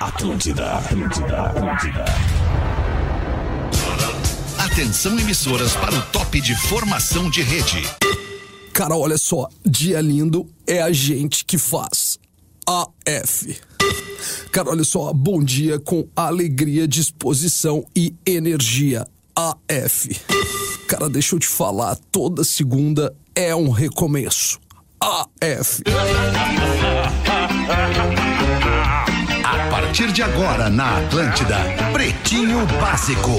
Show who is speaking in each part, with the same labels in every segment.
Speaker 1: Atlântida, Atlântida, Atlântida.
Speaker 2: Atenção emissoras para o top de formação de rede.
Speaker 3: Cara, olha só, dia lindo é a gente que faz. AF. Cara, olha só, bom dia com alegria, disposição e energia. AF. Cara, deixa eu te falar, toda segunda é um recomeço. AF.
Speaker 2: A partir de agora na Atlântida, Pretinho Básico,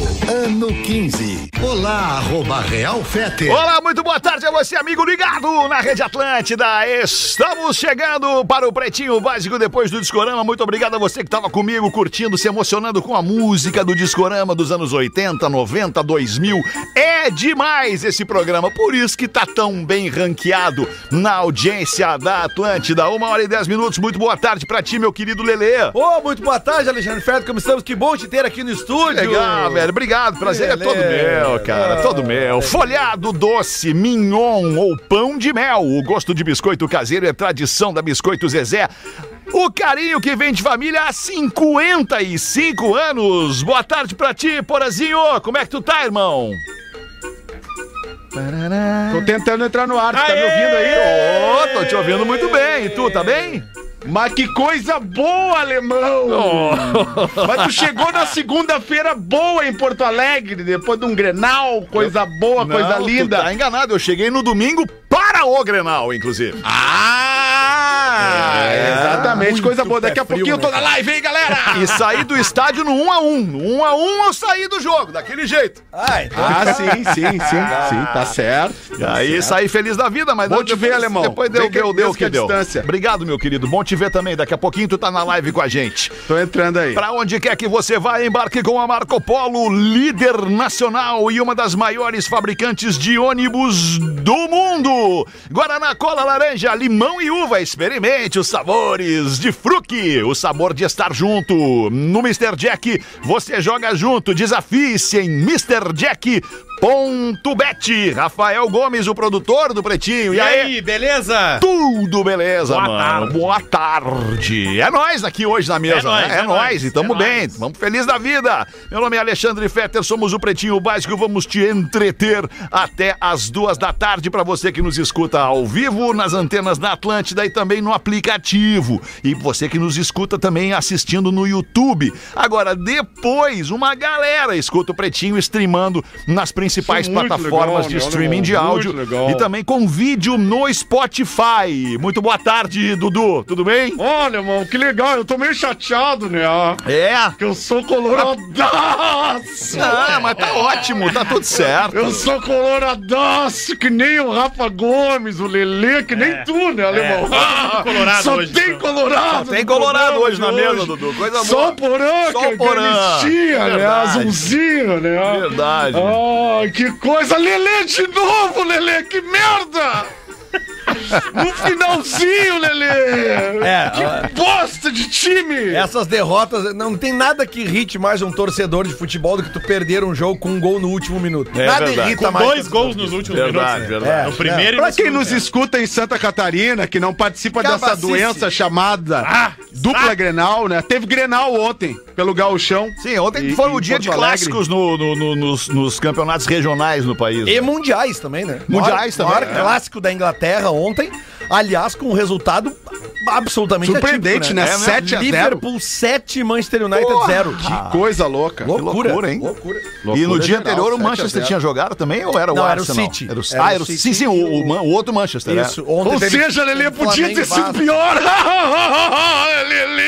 Speaker 2: ano 15. Olá, arroba Real Fete.
Speaker 4: Olá, muito boa tarde a você, amigo ligado na Rede Atlântida. Estamos chegando para o Pretinho Básico depois do Discorama. Muito obrigado a você que estava comigo, curtindo, se emocionando com a música do Discorama dos anos 80, 90, 2000. É demais esse programa, por isso que tá tão bem ranqueado na audiência da Atlântida. Uma hora e dez minutos, muito boa tarde para ti, meu querido Lelê.
Speaker 5: Ô, muito boa tarde, Alexandre Ferro, como estamos? Que bom te ter aqui no estúdio.
Speaker 4: Legal, velho. Obrigado. Prazer é todo
Speaker 5: Beleza.
Speaker 4: meu, cara. Todo meu. Folhado doce, mignon ou pão de mel. O gosto de biscoito caseiro é tradição da Biscoito Zezé. O carinho que vem de família há 55 anos. Boa tarde pra ti, Porazinho. Como é que tu tá, irmão?
Speaker 6: Tô tentando entrar no ar, tu tá me
Speaker 4: Aê!
Speaker 6: ouvindo aí?
Speaker 4: Ô, tô te ouvindo muito bem. E tu, tá bem?
Speaker 6: Mas que coisa boa, alemão! Mas tu chegou na segunda-feira boa em Porto Alegre, depois de um Grenal, coisa boa, coisa
Speaker 4: Não,
Speaker 6: linda.
Speaker 4: Tu tá enganado. Eu cheguei no domingo para o Grenal, inclusive.
Speaker 6: Ah!
Speaker 4: É,
Speaker 6: exatamente, coisa boa. Daqui a pouquinho eu tô na live, hein, galera?
Speaker 4: né? E saí do estádio no 1 a 1 No 1 a 1 eu saí do jogo, daquele jeito.
Speaker 5: Ai,
Speaker 6: Ah, sim, sim, sim, sim, tá certo.
Speaker 4: E aí saí feliz da vida, mas
Speaker 6: Bom
Speaker 4: não-
Speaker 6: te ver, alemão.
Speaker 4: Depois deu,
Speaker 6: Vem que-
Speaker 4: deu, deu o
Speaker 6: mesmo que
Speaker 4: que
Speaker 6: a
Speaker 4: deu.
Speaker 6: distância.
Speaker 4: Obrigado, meu querido. Bom te ver também. Daqui a pouquinho tu tá na live com a gente.
Speaker 6: Tô entrando aí.
Speaker 4: Pra onde quer que você vá, embarque com a Marco Polo, líder nacional e uma das maiores fabricantes de ônibus do mundo. Guaraná, cola, laranja, limão e uva. Experimente os sabores de fruque, o sabor de estar junto. No Mr. Jack, você joga junto. Desafie-se em Mr. Jack. Ponto Bet, Rafael Gomes, o produtor do Pretinho.
Speaker 5: E aí, beleza?
Speaker 4: Tudo beleza,
Speaker 5: Boa
Speaker 4: mano.
Speaker 5: tarde.
Speaker 4: Boa tarde. É nós aqui hoje na mesa,
Speaker 5: É nóis,
Speaker 4: né? É,
Speaker 5: é
Speaker 4: nós,
Speaker 5: nóis,
Speaker 4: e tamo
Speaker 5: é
Speaker 4: bem.
Speaker 5: nóis.
Speaker 4: Vamos feliz da vida. Meu nome é Alexandre Fetter, somos o Pretinho Básico. Vamos te entreter até as duas da tarde pra você que nos escuta ao vivo nas antenas da Atlântida e também no aplicativo. E você que nos escuta também assistindo no YouTube. Agora, depois, uma galera escuta o Pretinho streamando nas principais
Speaker 6: Isso é muito
Speaker 4: plataformas
Speaker 6: legal,
Speaker 4: de
Speaker 6: meu,
Speaker 4: streaming
Speaker 6: Alemão,
Speaker 4: de
Speaker 6: muito
Speaker 4: áudio
Speaker 6: legal.
Speaker 4: e também também com vídeo no Spotify. Muito boa tarde, Dudu. Tudo bem?
Speaker 6: Olha, mano, que legal, eu tô meio chateado, né?
Speaker 4: É.
Speaker 6: Que eu sou coloradaço!
Speaker 4: Ah, mas tá ótimo, tá tudo certo.
Speaker 6: Eu sou coloradaço, que nem o Rafa Gomes, o Lelê, que
Speaker 4: É.
Speaker 6: nem tu, né, alemão? Ah,
Speaker 5: colorado
Speaker 6: só
Speaker 5: hoje,
Speaker 6: tem
Speaker 5: então.
Speaker 6: colorado!
Speaker 4: Só tem
Speaker 6: no
Speaker 4: colorado
Speaker 6: programa
Speaker 4: hoje
Speaker 6: de
Speaker 4: na mesa, Dudu. Coisa
Speaker 6: Só
Speaker 4: boa.
Speaker 6: porã,
Speaker 4: Só
Speaker 6: que é
Speaker 4: porã.
Speaker 6: anistia, né?
Speaker 4: Verdade.
Speaker 6: Azulzinho, né?
Speaker 4: Verdade.
Speaker 6: Ah, que coisa! Lelê de novo, Lelê, que merda! No finalzinho, Lelê!
Speaker 5: É,
Speaker 6: Que bosta de
Speaker 4: É,
Speaker 6: time!
Speaker 5: Essas derrotas, não tem nada que irrite mais um torcedor de futebol do que tu perder um jogo com um gol no último minuto. nada
Speaker 4: É verdade.
Speaker 5: irrita mais.
Speaker 7: dois gols nos últimos
Speaker 4: Verdade,
Speaker 7: minutos.
Speaker 4: verdade.
Speaker 7: né? No primeiro e
Speaker 6: Pra
Speaker 7: no
Speaker 6: quem
Speaker 7: segundo.
Speaker 6: nos escuta em Santa Catarina, que não participa dessa
Speaker 5: Cabacice.
Speaker 6: doença chamada dupla Grenal, né? Teve Grenal ontem, pelo Gauchão.
Speaker 4: Sim,
Speaker 5: É.
Speaker 4: ontem
Speaker 6: E-
Speaker 4: foi
Speaker 6: e
Speaker 4: o dia de
Speaker 6: Porto Alegre.
Speaker 4: clássicos no- no- no- nos, nos campeonatos regionais no país.
Speaker 5: E mundiais também, né?
Speaker 4: Mundiais
Speaker 5: Maior-
Speaker 4: também,
Speaker 5: Maior
Speaker 4: é.
Speaker 5: clássico da Inglaterra ontem. Aliás, com um resultado absolutamente
Speaker 6: Surpreendente,
Speaker 5: atípico,
Speaker 6: né?
Speaker 4: É, né?
Speaker 6: 7 a 0
Speaker 5: Liverpool 7, Manchester United Ah, 0.
Speaker 6: Que coisa louca.
Speaker 5: Loucura,
Speaker 4: loucura, hein?
Speaker 5: Loucura.
Speaker 4: E no
Speaker 6: Loucura
Speaker 4: dia
Speaker 6: geral,
Speaker 4: anterior o
Speaker 6: 7 a
Speaker 4: Manchester
Speaker 6: 0.
Speaker 4: tinha jogado também ou era o
Speaker 5: Não, era o
Speaker 4: Arsenal?
Speaker 5: City.
Speaker 4: Era o,
Speaker 5: Era
Speaker 4: ah,
Speaker 5: o
Speaker 4: era o-
Speaker 5: City
Speaker 4: sim, sim, o, o Man- o outro Manchester, né?
Speaker 5: Isso, ontem
Speaker 6: Ou
Speaker 5: teve
Speaker 6: seja, Lelê, podia
Speaker 5: Flamengo
Speaker 6: ter
Speaker 5: e
Speaker 6: sido
Speaker 5: Vasco.
Speaker 6: pior. Lelê!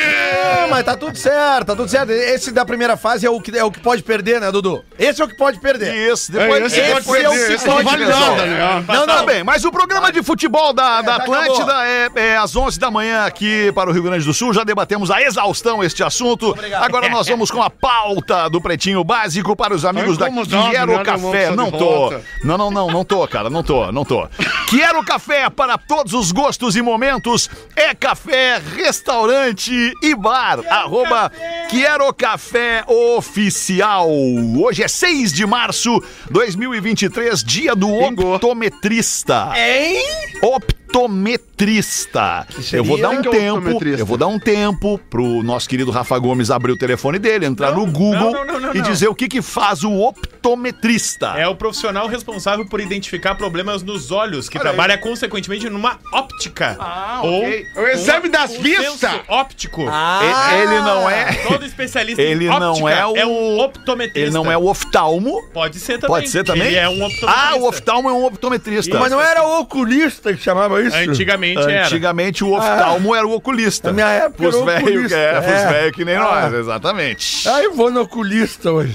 Speaker 5: Ah, mas tá tudo certo, tá tudo certo. Esse da primeira fase é o que, é o que pode perder, né, Dudu? Esse é o que pode perder.
Speaker 4: Isso, depois
Speaker 6: É, esse
Speaker 4: depois
Speaker 6: pode perder,
Speaker 4: desse
Speaker 6: esse não tá,
Speaker 4: pode,
Speaker 6: vale
Speaker 4: pessoal.
Speaker 6: nada, né?
Speaker 4: Não, não, bem, mas o programa de futebol da, da
Speaker 5: já
Speaker 4: Atlântida é, é às 11 da manhã aqui para o Rio Grande do Sul. Já debatemos a exaustão este assunto. Agora nós vamos com a pauta do Pretinho Básico para os amigos da
Speaker 6: incomodado,
Speaker 4: Quero
Speaker 6: né,
Speaker 4: Café.
Speaker 6: Alemão,
Speaker 4: Não
Speaker 6: que tá de
Speaker 4: tô.
Speaker 6: volta.
Speaker 4: Não, não, não, não tô, cara, não tô, não tô. Quero Café para todos os gostos e momentos. É café, restaurante e bar. arroba Quero Café Oficial. Hoje é 6 de março 2023, dia do
Speaker 6: Pingou.
Speaker 4: optometrista.
Speaker 5: Hein?
Speaker 4: Optometrista. optometrista.
Speaker 6: seria
Speaker 4: Eu vou dar um
Speaker 6: que é
Speaker 4: tempo,
Speaker 6: optometrista?
Speaker 4: eu vou dar um tempo pro nosso querido Rafa Gomes abrir o telefone dele, entrar no Google
Speaker 8: não, não, não,
Speaker 4: e
Speaker 8: não.
Speaker 4: dizer o que que faz o optometrista.
Speaker 8: É o profissional responsável por identificar problemas nos olhos, que trabalha consequentemente numa óptica. Ah,
Speaker 4: ok.
Speaker 6: O exame das vistas. Ah.
Speaker 8: óptico.
Speaker 5: Ah!
Speaker 4: E- Ele não é,
Speaker 8: Todo especialista
Speaker 4: Ele
Speaker 8: em
Speaker 4: não
Speaker 8: óptica
Speaker 4: é o-
Speaker 8: um optometrista.
Speaker 4: ele não é o oftalmo.
Speaker 8: Pode ser também.
Speaker 4: Pode ser também?
Speaker 8: Ele é um optometrista.
Speaker 4: Ah, o oftalmo é um optometrista.
Speaker 5: Mas não é. era o oculista que chamava isso?
Speaker 8: Antigamente era.
Speaker 4: Antigamente o oftalmo era o oculista.
Speaker 5: Na minha época
Speaker 4: Os
Speaker 5: era o
Speaker 4: velhos que,
Speaker 5: oculista.
Speaker 4: é, pros
Speaker 5: É.
Speaker 4: velhos que nem
Speaker 5: Ah.
Speaker 4: nós, exatamente.
Speaker 5: Ah, eu vou no oculista hoje.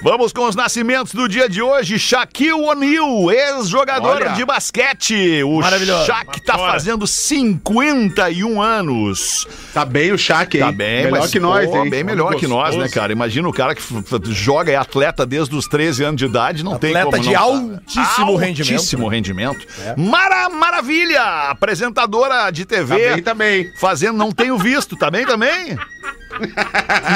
Speaker 4: Vamos com os nascimentos do dia de hoje. Shaquille O'Neal, ex-jogador
Speaker 6: Olha.
Speaker 4: de basquete. O
Speaker 5: Maravilhoso.
Speaker 4: Shaq tá
Speaker 8: Fora.
Speaker 4: fazendo 51 anos.
Speaker 6: Tá bem o Shaq, hein?
Speaker 4: Tá bem,
Speaker 6: melhor
Speaker 4: mas,
Speaker 6: que nós,
Speaker 4: pô,
Speaker 6: hein?
Speaker 4: Bem melhor que nós, né,
Speaker 8: gostoso.
Speaker 4: cara? Imagina o cara que f- f- joga é atleta desde os 13 anos de idade, não tem
Speaker 5: Atleta
Speaker 4: como
Speaker 5: de
Speaker 4: não tá,
Speaker 5: altíssimo rendimento.
Speaker 4: Altíssimo rendimento.
Speaker 6: É.
Speaker 4: Mara Maravilha, apresentadora de
Speaker 6: Tá
Speaker 4: TV.
Speaker 6: bem também.
Speaker 4: Fazendo, não tenho visto, tá bem também?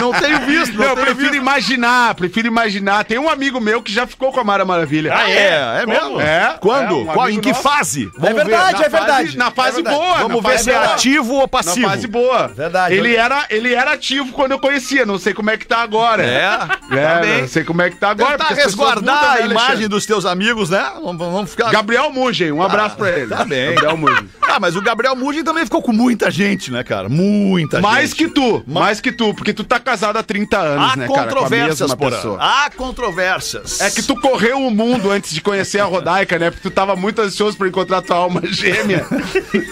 Speaker 4: Não tenho visto, não,
Speaker 6: Não, eu
Speaker 4: tenho
Speaker 6: prefiro
Speaker 4: visto.
Speaker 6: imaginar, prefiro imaginar. Tem um amigo meu que já ficou com a Mara Maravilha.
Speaker 4: Ah, é? É mesmo?
Speaker 8: Como?
Speaker 6: É,
Speaker 4: Quando?
Speaker 6: é, um
Speaker 4: Qual, em
Speaker 6: amigo
Speaker 4: que
Speaker 6: nosso.
Speaker 4: fase?
Speaker 5: É verdade, é verdade.
Speaker 6: Na fase
Speaker 5: É verdade.
Speaker 6: boa, na
Speaker 4: Vamos ver
Speaker 6: fase
Speaker 4: se é
Speaker 6: boa.
Speaker 4: ativo ou
Speaker 6: Na
Speaker 4: passivo.
Speaker 6: fase boa.
Speaker 5: Verdade.
Speaker 6: Ele era, ele era ativo quando eu conhecia, não sei como é que tá agora.
Speaker 4: É, tá
Speaker 6: É,
Speaker 4: bem.
Speaker 6: não sei como é que tá agora.
Speaker 4: Tentar
Speaker 6: porque as pessoas mudam,
Speaker 4: resguardar
Speaker 6: né,
Speaker 4: a imagem
Speaker 6: Alexandre?
Speaker 4: dos teus amigos, né? Vamos, vamos ficar...
Speaker 6: Gabriel Mugem, um abraço pra ele.
Speaker 4: tá bem.
Speaker 6: Gabriel Mugem.
Speaker 4: Ah, mas o Gabriel Mugem também ficou com muita gente, né, cara? Muita
Speaker 6: Mais
Speaker 4: gente.
Speaker 6: que tu, mais que tu, porque tu tá casado há 30 anos,
Speaker 4: Há
Speaker 6: né, cara? Com a
Speaker 4: controvérsias,
Speaker 6: mesma
Speaker 4: porra.
Speaker 6: pessoa.
Speaker 4: Há controvérsias.
Speaker 6: É que tu correu o mundo antes de conhecer a Rodaica, né? Porque tu tava muito ansioso pra encontrar tua alma gêmea.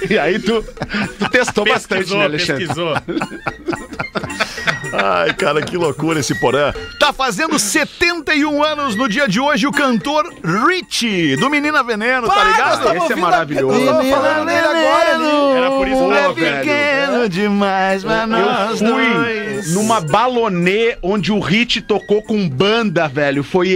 Speaker 6: E aí tu, tu testou bastante, né, Alexandre?
Speaker 8: pesquisou.
Speaker 4: Ai, cara, que loucura esse porã. Tá fazendo 71 anos no dia de hoje o cantor Richie, do Menina Veneno, tá ligado?
Speaker 5: tava
Speaker 6: Esse é
Speaker 5: ouvindo a-
Speaker 6: maravilhoso.
Speaker 5: Eu tava falando dele agora É. ali.
Speaker 8: Era por isso que
Speaker 4: É
Speaker 8: tava
Speaker 4: pequeno demais pra
Speaker 6: Eu
Speaker 4: nós
Speaker 6: fui
Speaker 4: dois.
Speaker 6: numa balonê onde o Hit tocou com banda, velho. Foi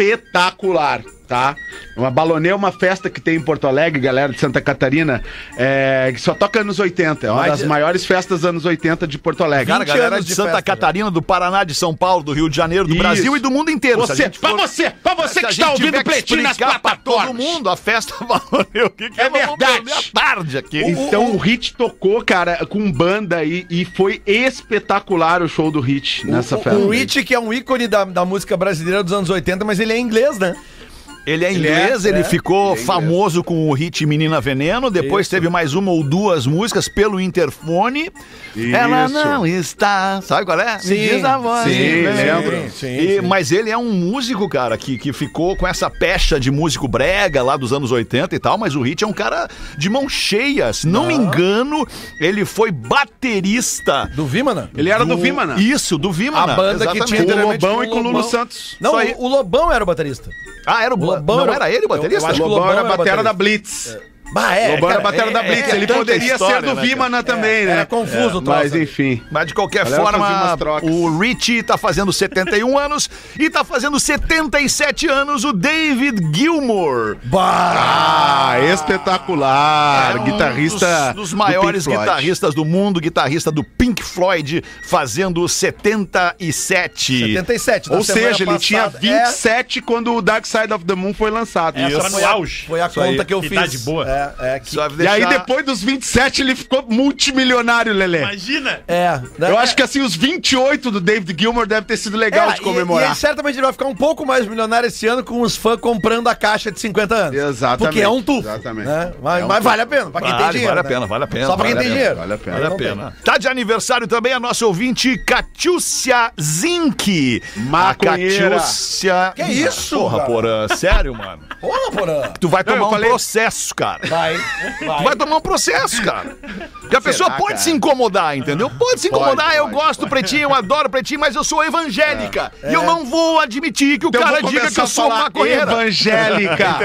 Speaker 6: espetacular, tá? Uma balonê é uma festa que tem em Porto Alegre, galera de Santa Catarina, é, que só toca anos 80. É uma
Speaker 5: Mas-
Speaker 6: das maiores festas anos 80 de Porto Alegre.
Speaker 4: Cara, a
Speaker 5: 20
Speaker 4: galera
Speaker 5: anos
Speaker 4: de,
Speaker 5: de
Speaker 4: Santa
Speaker 5: festa,
Speaker 4: Catarina, do Paraná, de São Paulo, do Rio de Janeiro, do
Speaker 6: Isso.
Speaker 4: Brasil e do mundo inteiro. Se a
Speaker 6: Você,
Speaker 4: gente
Speaker 6: pra
Speaker 4: for-
Speaker 6: você,
Speaker 4: se
Speaker 6: pra você
Speaker 4: a
Speaker 6: que
Speaker 4: gente
Speaker 6: está ouvindo
Speaker 4: tiver
Speaker 6: o
Speaker 4: que
Speaker 6: Pretinho nas
Speaker 4: explicar pra
Speaker 6: plataformas.
Speaker 4: todo mundo, a festa valeu. O que, que
Speaker 6: É
Speaker 4: eu vou
Speaker 6: verdade.
Speaker 4: perder a tarde aqui?
Speaker 6: Então o Hit tocou, cara, com banda e, e foi espetacular o show do Hit nessa
Speaker 5: o,
Speaker 6: festa.
Speaker 5: o Rich, que é um ícone da, da música brasileira dos anos 80, mas ele é inglês, né?
Speaker 4: Ele é inglês, ele, ficou
Speaker 5: é
Speaker 4: famoso com o hit Menina Veneno, depois teve mais uma ou duas músicas pelo interfone. Ela não está. Sabe qual é? Sim,
Speaker 5: sim,
Speaker 4: lembro.
Speaker 5: sim, sim,
Speaker 4: E-
Speaker 5: sim.
Speaker 4: Mas ele é um músico, cara, que, que ficou com essa pecha de músico brega lá dos anos 80 e tal, mas o hit é um cara de mão cheia. Se não me engano, ele foi baterista.
Speaker 5: Do Vimana?
Speaker 6: Ele era do Vimana.
Speaker 4: Isso, do Vimana.
Speaker 5: A banda que tinha
Speaker 4: exatamente.
Speaker 6: o
Speaker 5: Literalmente
Speaker 6: Lobão
Speaker 5: com
Speaker 6: e com o Lulu
Speaker 5: Lobão.
Speaker 6: Santos.
Speaker 5: Não,
Speaker 4: Só aí.
Speaker 5: o, o Lobão era o baterista.
Speaker 4: Ah, era o,
Speaker 5: O Lobão
Speaker 4: Não
Speaker 5: era-
Speaker 4: era ele o
Speaker 5: Eu- eu
Speaker 4: baterista?
Speaker 5: acho que
Speaker 6: O Lobão era a batera
Speaker 5: é baterista.
Speaker 6: da Blitz.
Speaker 5: Bah, é.
Speaker 6: Lobão era a
Speaker 5: cara,
Speaker 6: batera
Speaker 5: é,
Speaker 6: da
Speaker 5: é,
Speaker 6: Blitz.
Speaker 5: é,
Speaker 6: Ele
Speaker 4: tanta
Speaker 6: poderia
Speaker 4: história,
Speaker 6: ser do
Speaker 4: né,
Speaker 6: Vimana também, né?
Speaker 5: Era confuso o troço. né?
Speaker 6: Mas enfim.
Speaker 4: Mas de qualquer
Speaker 6: Galera fazia
Speaker 4: forma,
Speaker 6: umas trocas.
Speaker 4: o Richie tá fazendo 71 anos e tá fazendo 77 anos o David Gilmour.
Speaker 6: Ah, espetacular!
Speaker 4: É um
Speaker 6: guitarrista.
Speaker 4: dos, dos
Speaker 6: do
Speaker 4: maiores
Speaker 6: Pink Floyd.
Speaker 4: guitarristas do mundo, guitarrista do Pink Floyd, fazendo 77.
Speaker 5: 77. da
Speaker 6: Ou
Speaker 5: semana
Speaker 6: seja, ele tinha
Speaker 5: passada. É,
Speaker 6: 27 quando o Dark Side of the Moon foi lançado.
Speaker 8: Essa era
Speaker 6: Isso.
Speaker 8: no auge.
Speaker 5: Foi a conta que eu fiz.
Speaker 8: Idade boa.
Speaker 5: É, é. Que,
Speaker 4: Só
Speaker 6: E aí,
Speaker 4: deixar-
Speaker 6: depois dos 27, ele ficou multimilionário, Lelê.
Speaker 8: Imagina.
Speaker 5: é né?
Speaker 6: Eu acho que assim, os 28 do David Gilmour deve ter sido legal
Speaker 5: É,
Speaker 6: de
Speaker 5: e-
Speaker 6: comemorar.
Speaker 5: E, ele certamente ele vai ficar um pouco mais milionário esse ano com os fãs comprando a caixa de 50 anos.
Speaker 6: Exatamente,
Speaker 5: Porque é um tufo.
Speaker 6: exatamente.
Speaker 5: né? Mas,
Speaker 6: É um
Speaker 5: mas
Speaker 6: tufo.
Speaker 5: vale a pena, pra quem tem
Speaker 4: Vale,
Speaker 5: dinheiro.
Speaker 4: vale a
Speaker 5: né?
Speaker 4: pena, vale a pena.
Speaker 5: Só pra quem
Speaker 4: vale
Speaker 5: tem
Speaker 4: a
Speaker 5: dinheiro.
Speaker 6: vale a pena.
Speaker 4: Vale a
Speaker 5: Não tem.
Speaker 4: pena. Tá de aniversário também a nossa ouvinte Catiúcia Zinck.
Speaker 6: Maconheira.
Speaker 4: A Catiúcia.
Speaker 5: Que isso,
Speaker 4: Porra,
Speaker 5: cara?
Speaker 4: porã. Sério, mano.
Speaker 5: Porra, porã.
Speaker 4: Tu vai tomar
Speaker 6: eu
Speaker 4: um
Speaker 6: falei-
Speaker 4: processo, cara.
Speaker 5: Vai,
Speaker 4: Tu
Speaker 5: vai.
Speaker 4: vai tomar um processo, cara. Porque a pessoa pode
Speaker 6: cara?
Speaker 4: se incomodar, entendeu? Pode se incomodar, eu
Speaker 6: pode,
Speaker 4: gosto do pretinho, eu adoro o pretinho, mas eu sou evangélica. E eu não vou admitir que o
Speaker 6: Então eu
Speaker 4: cara
Speaker 6: vou
Speaker 4: diga que
Speaker 6: começar
Speaker 4: eu
Speaker 6: a
Speaker 4: sou
Speaker 6: falar
Speaker 4: maconheira.
Speaker 6: Evangélica.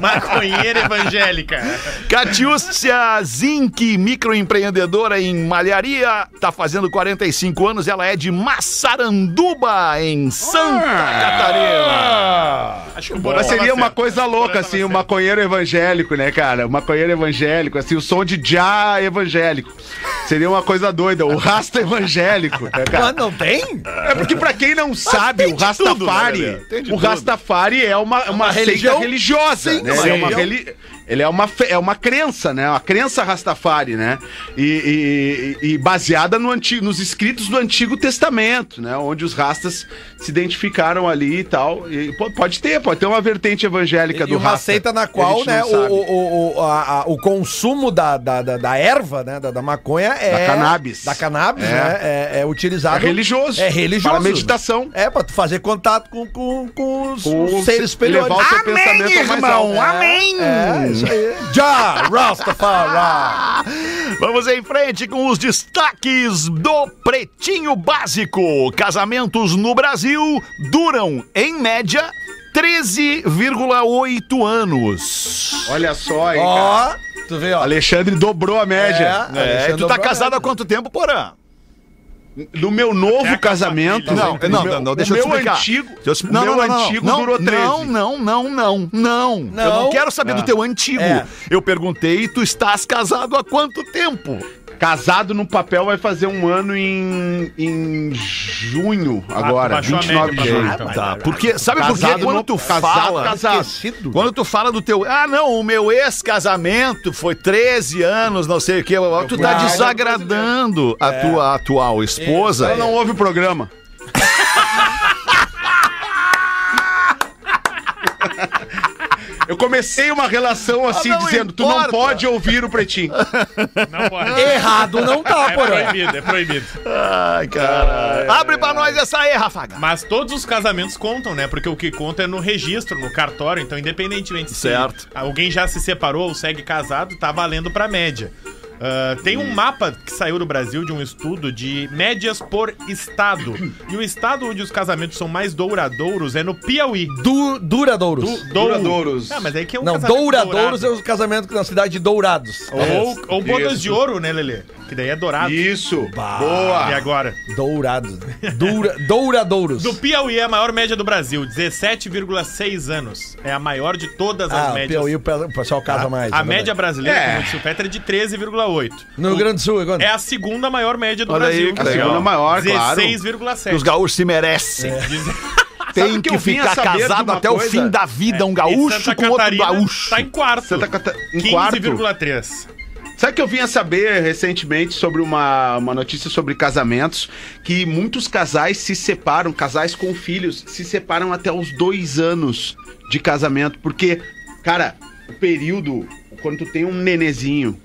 Speaker 8: Maconheira evangélica.
Speaker 4: Catiúcia Zinck, microempreendedora em malharia, tá fazendo 45 anos, ela é de Massaranduba, em Santa Catarina.
Speaker 8: Acho que o Borão
Speaker 6: Mas seria
Speaker 8: tava
Speaker 6: uma
Speaker 8: certo.
Speaker 6: coisa
Speaker 8: Acho que o
Speaker 6: louca,
Speaker 8: Borão
Speaker 6: assim,
Speaker 8: tava
Speaker 6: um
Speaker 8: certo.
Speaker 6: maconheiro evangélico, né, cara? Um maconheiro evangélico, assim, o som de já evangélico. Seria uma coisa doida, o rasta evangélico, né, cara?
Speaker 5: Mas não tem?
Speaker 6: É porque pra quem não sabe, o Rastafari,
Speaker 2: né, Lelê? Tem de
Speaker 6: o
Speaker 2: tudo.
Speaker 6: Rastafari é uma, uma, seita
Speaker 5: religião.
Speaker 6: religiosa, né? Ele
Speaker 5: uma
Speaker 6: é uma
Speaker 5: religião.
Speaker 6: reli- Ele é uma, fe- é uma crença, né? Uma crença Rastafari, né? E, e- e baseada no anti- nos escritos do Antigo Testamento, né? Onde os rastas se identificaram ali e tal. E po- pode ter, pode ter uma vertente evangélica
Speaker 5: E
Speaker 6: do
Speaker 5: uma
Speaker 6: rasta.
Speaker 5: seita na
Speaker 6: A
Speaker 5: qual,
Speaker 6: gente
Speaker 5: né,
Speaker 6: não
Speaker 5: o,
Speaker 6: sabe.
Speaker 5: o, o, a- a- o consumo da, da, da, da erva, né, da, da maconha é...
Speaker 6: Da cannabis.
Speaker 5: Da cannabis,
Speaker 6: É.
Speaker 5: né, é, é utilizado...
Speaker 6: É religioso.
Speaker 5: É religioso.
Speaker 6: Para meditação.
Speaker 5: É, pra tu fazer contato com, com, com os,
Speaker 6: Com
Speaker 5: os
Speaker 6: o-
Speaker 5: seres superiores.
Speaker 6: elevar o seu pensamento ao mais alto.
Speaker 5: Amém! É, isso aí. Já, Rastafari!
Speaker 2: Vamos em frente com os destaques do Pretinho Básico. Casamentos no Brasil duram, em média, 13,8 anos.
Speaker 6: Olha só aí, cara.
Speaker 5: Ó, tu vê, ó.
Speaker 6: Alexandre dobrou a média.
Speaker 5: É,
Speaker 2: É, e
Speaker 5: Alexandre
Speaker 2: tu tá
Speaker 5: Obrador.
Speaker 2: casado há quanto tempo, Porã?
Speaker 6: No meu novo
Speaker 8: Até
Speaker 6: casamento.
Speaker 8: acabar
Speaker 2: Não,
Speaker 8: a
Speaker 6: o
Speaker 2: não,
Speaker 6: meu-
Speaker 2: não, não, Então, deixa
Speaker 6: o
Speaker 2: eu te
Speaker 6: meu
Speaker 2: explicar.
Speaker 6: antigo,
Speaker 2: Deixa eu te-
Speaker 6: o
Speaker 2: não,
Speaker 6: meu
Speaker 2: não, não,
Speaker 6: antigo
Speaker 2: não,
Speaker 6: durou 13.
Speaker 2: Não, não, não, não, não. Eu não Ah.
Speaker 5: Não.
Speaker 2: quero saber do teu antigo.
Speaker 5: É.
Speaker 2: Eu perguntei, tu estás casado há quanto tempo?
Speaker 6: Casado no papel vai fazer um ano em, em junho agora,
Speaker 8: baixou a
Speaker 6: 29 de
Speaker 8: média pra
Speaker 6: junho.
Speaker 8: baixo. Então,
Speaker 2: tá, porque sabe por quê?
Speaker 6: Casado
Speaker 2: Quando
Speaker 6: no-
Speaker 2: tu
Speaker 6: casado,
Speaker 2: fala,
Speaker 6: casado.
Speaker 5: Esquecido.
Speaker 2: quando tu fala do teu, ah não, o meu ex-casamento foi 13 anos, não sei o quê, tu tá
Speaker 5: Ah, eu-
Speaker 2: desagradando a tua atual esposa.
Speaker 6: Ela não ouve o programa. Eu comecei uma relação assim,
Speaker 2: não
Speaker 6: dizendo: tu
Speaker 2: importa."
Speaker 6: não pode ouvir o pretinho.
Speaker 8: Não pode.
Speaker 5: Errado não tá,
Speaker 8: É
Speaker 5: porém.
Speaker 8: proibido, é proibido.
Speaker 2: Ai, cara. Abre pra nós essa aí, Rafaga.
Speaker 8: Mas todos os casamentos contam, né? Porque o que conta é no registro, no cartório. Então, independentemente se
Speaker 2: Certo.
Speaker 8: alguém já se separou ou segue casado, tá valendo pra média. Ah, tem um mapa que saiu do Brasil de um estudo de médias por estado. E o estado onde os casamentos são mais douradouros é no Piauí.
Speaker 5: Du, duradouros.
Speaker 8: Du-
Speaker 6: Douradouros.
Speaker 8: Ah, mas aí que é um
Speaker 5: não,
Speaker 8: casamento
Speaker 5: douradouros
Speaker 8: dourado.
Speaker 5: é o casamento na cidade de Dourados.
Speaker 8: Ou, ou bodas
Speaker 6: Isso.
Speaker 8: de ouro, né, Lelê? Que daí é dourado.
Speaker 6: Isso.
Speaker 8: E
Speaker 6: Boa.
Speaker 8: agora?
Speaker 5: Dourados. Doura, douradouros.
Speaker 8: Do Piauí é a maior média do Brasil, 17,6 anos. É a maior de todas as
Speaker 5: Ah,
Speaker 8: médias.
Speaker 5: Piauí o pe- o pessoal casa mais.
Speaker 8: a
Speaker 5: na
Speaker 8: média
Speaker 5: verdade.
Speaker 8: brasileira,
Speaker 6: É.
Speaker 8: como disse o Petra, é de 13,8.
Speaker 5: No Rio Grande do Sul, agora.
Speaker 8: É a segunda maior média do
Speaker 2: Olha aí,
Speaker 8: Brasil.
Speaker 2: que
Speaker 8: que
Speaker 2: legal.
Speaker 8: é
Speaker 6: A segunda maior, claro.
Speaker 8: 16,7.
Speaker 2: Os gaúchos se merecem.
Speaker 8: É,
Speaker 2: Tem
Speaker 6: Sabe
Speaker 2: que,
Speaker 6: que eu vim
Speaker 2: ficar
Speaker 6: a saber de uma
Speaker 2: casado até o
Speaker 6: coisa?
Speaker 2: fim da vida, um
Speaker 8: E
Speaker 2: gaúcho
Speaker 8: Santa
Speaker 2: com outro
Speaker 8: Catarina
Speaker 2: gaúcho.
Speaker 8: Tá em quarto.
Speaker 6: Santa Cata... Em quarto.
Speaker 8: 15,3.
Speaker 6: Sabe que eu vim a saber recentemente sobre uma, uma notícia sobre casamentos? Que muitos casais se separam, casais com filhos, se separam até os dois anos de casamento. Porque, cara, o período, quando tu tem um nenezinho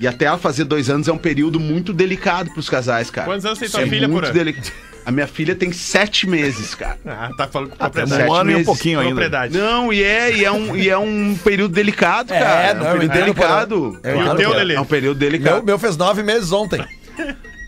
Speaker 6: e até ela fazer dois anos, é um período muito delicado pros casais, cara.
Speaker 8: Quantos anos tem
Speaker 6: Isso
Speaker 8: tua
Speaker 6: é
Speaker 8: filha,
Speaker 6: muito
Speaker 8: Porã?
Speaker 6: delic- A minha filha tem sete meses, cara.
Speaker 8: Ah, tá falando com
Speaker 2: Um
Speaker 8: propriedade.
Speaker 6: sete
Speaker 2: ano e um
Speaker 6: meses.
Speaker 2: pouquinho ainda.
Speaker 8: propriedade.
Speaker 6: Não, e é, e é, um, e é um período delicado,
Speaker 5: É,
Speaker 6: cara.
Speaker 5: não,
Speaker 6: é um período
Speaker 5: eu entendo, Porã.
Speaker 6: delicado.
Speaker 5: Eu
Speaker 8: E o
Speaker 5: Claro
Speaker 8: teu,
Speaker 5: que é.
Speaker 8: Lelê?
Speaker 6: É um período
Speaker 5: Meu,
Speaker 6: delicado.
Speaker 5: meu fez nove meses ontem.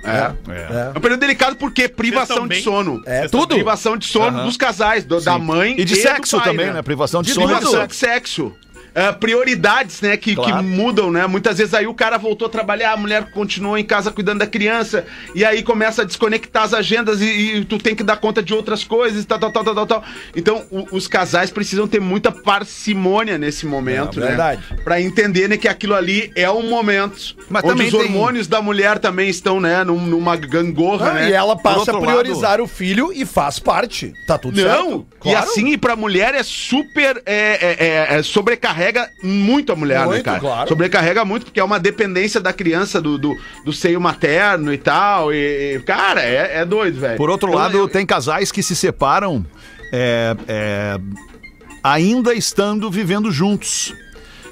Speaker 6: É.
Speaker 5: É.
Speaker 6: É um período delicado porque
Speaker 8: Vocês
Speaker 6: privação
Speaker 8: tão bem?
Speaker 6: de sono.
Speaker 5: É,
Speaker 8: Vocês
Speaker 5: tudo.
Speaker 6: Privação de sono dos casais, do- da mãe
Speaker 2: E de
Speaker 6: do
Speaker 2: sexo
Speaker 6: pai,
Speaker 2: também, né? Privação de,
Speaker 6: De
Speaker 2: sono e de
Speaker 6: privação de
Speaker 2: sexo.
Speaker 6: sexo. É, prioridades, né, que, que mudam, né? Muitas vezes aí o cara voltou a trabalhar, a mulher continuou em casa cuidando da criança, e aí começa a desconectar as agendas e, e tu tem que dar conta de outras coisas, tal, tal, tal, tal, tal, tal. Então, o- os casais precisam ter muita parcimônia nesse momento,
Speaker 5: É,
Speaker 6: né?
Speaker 5: verdade.
Speaker 6: Pra entender né, que aquilo ali é um momento.
Speaker 2: Mas
Speaker 6: onde
Speaker 2: também
Speaker 6: os
Speaker 2: tem-
Speaker 6: hormônios da mulher também estão, né, num- numa gangorra, né?
Speaker 5: Ah, E ela passa
Speaker 2: outro
Speaker 5: a
Speaker 2: lado-
Speaker 5: priorizar o filho e faz parte. Tá tudo
Speaker 6: Não,
Speaker 5: certo.
Speaker 6: e assim, e pra mulher é super. É, é, é, é, sobrecarrega muito a mulher, né,
Speaker 5: Muito,
Speaker 6: cara?
Speaker 5: claro.
Speaker 6: Sobrecarrega muito, porque é uma dependência da criança do, do, do seio materno e tal. E, e, cara, é, é doido, velho.
Speaker 2: Por outro
Speaker 6: Então,
Speaker 2: lado,
Speaker 6: eu-
Speaker 2: tem casais que se separam é, é, ainda estando vivendo juntos.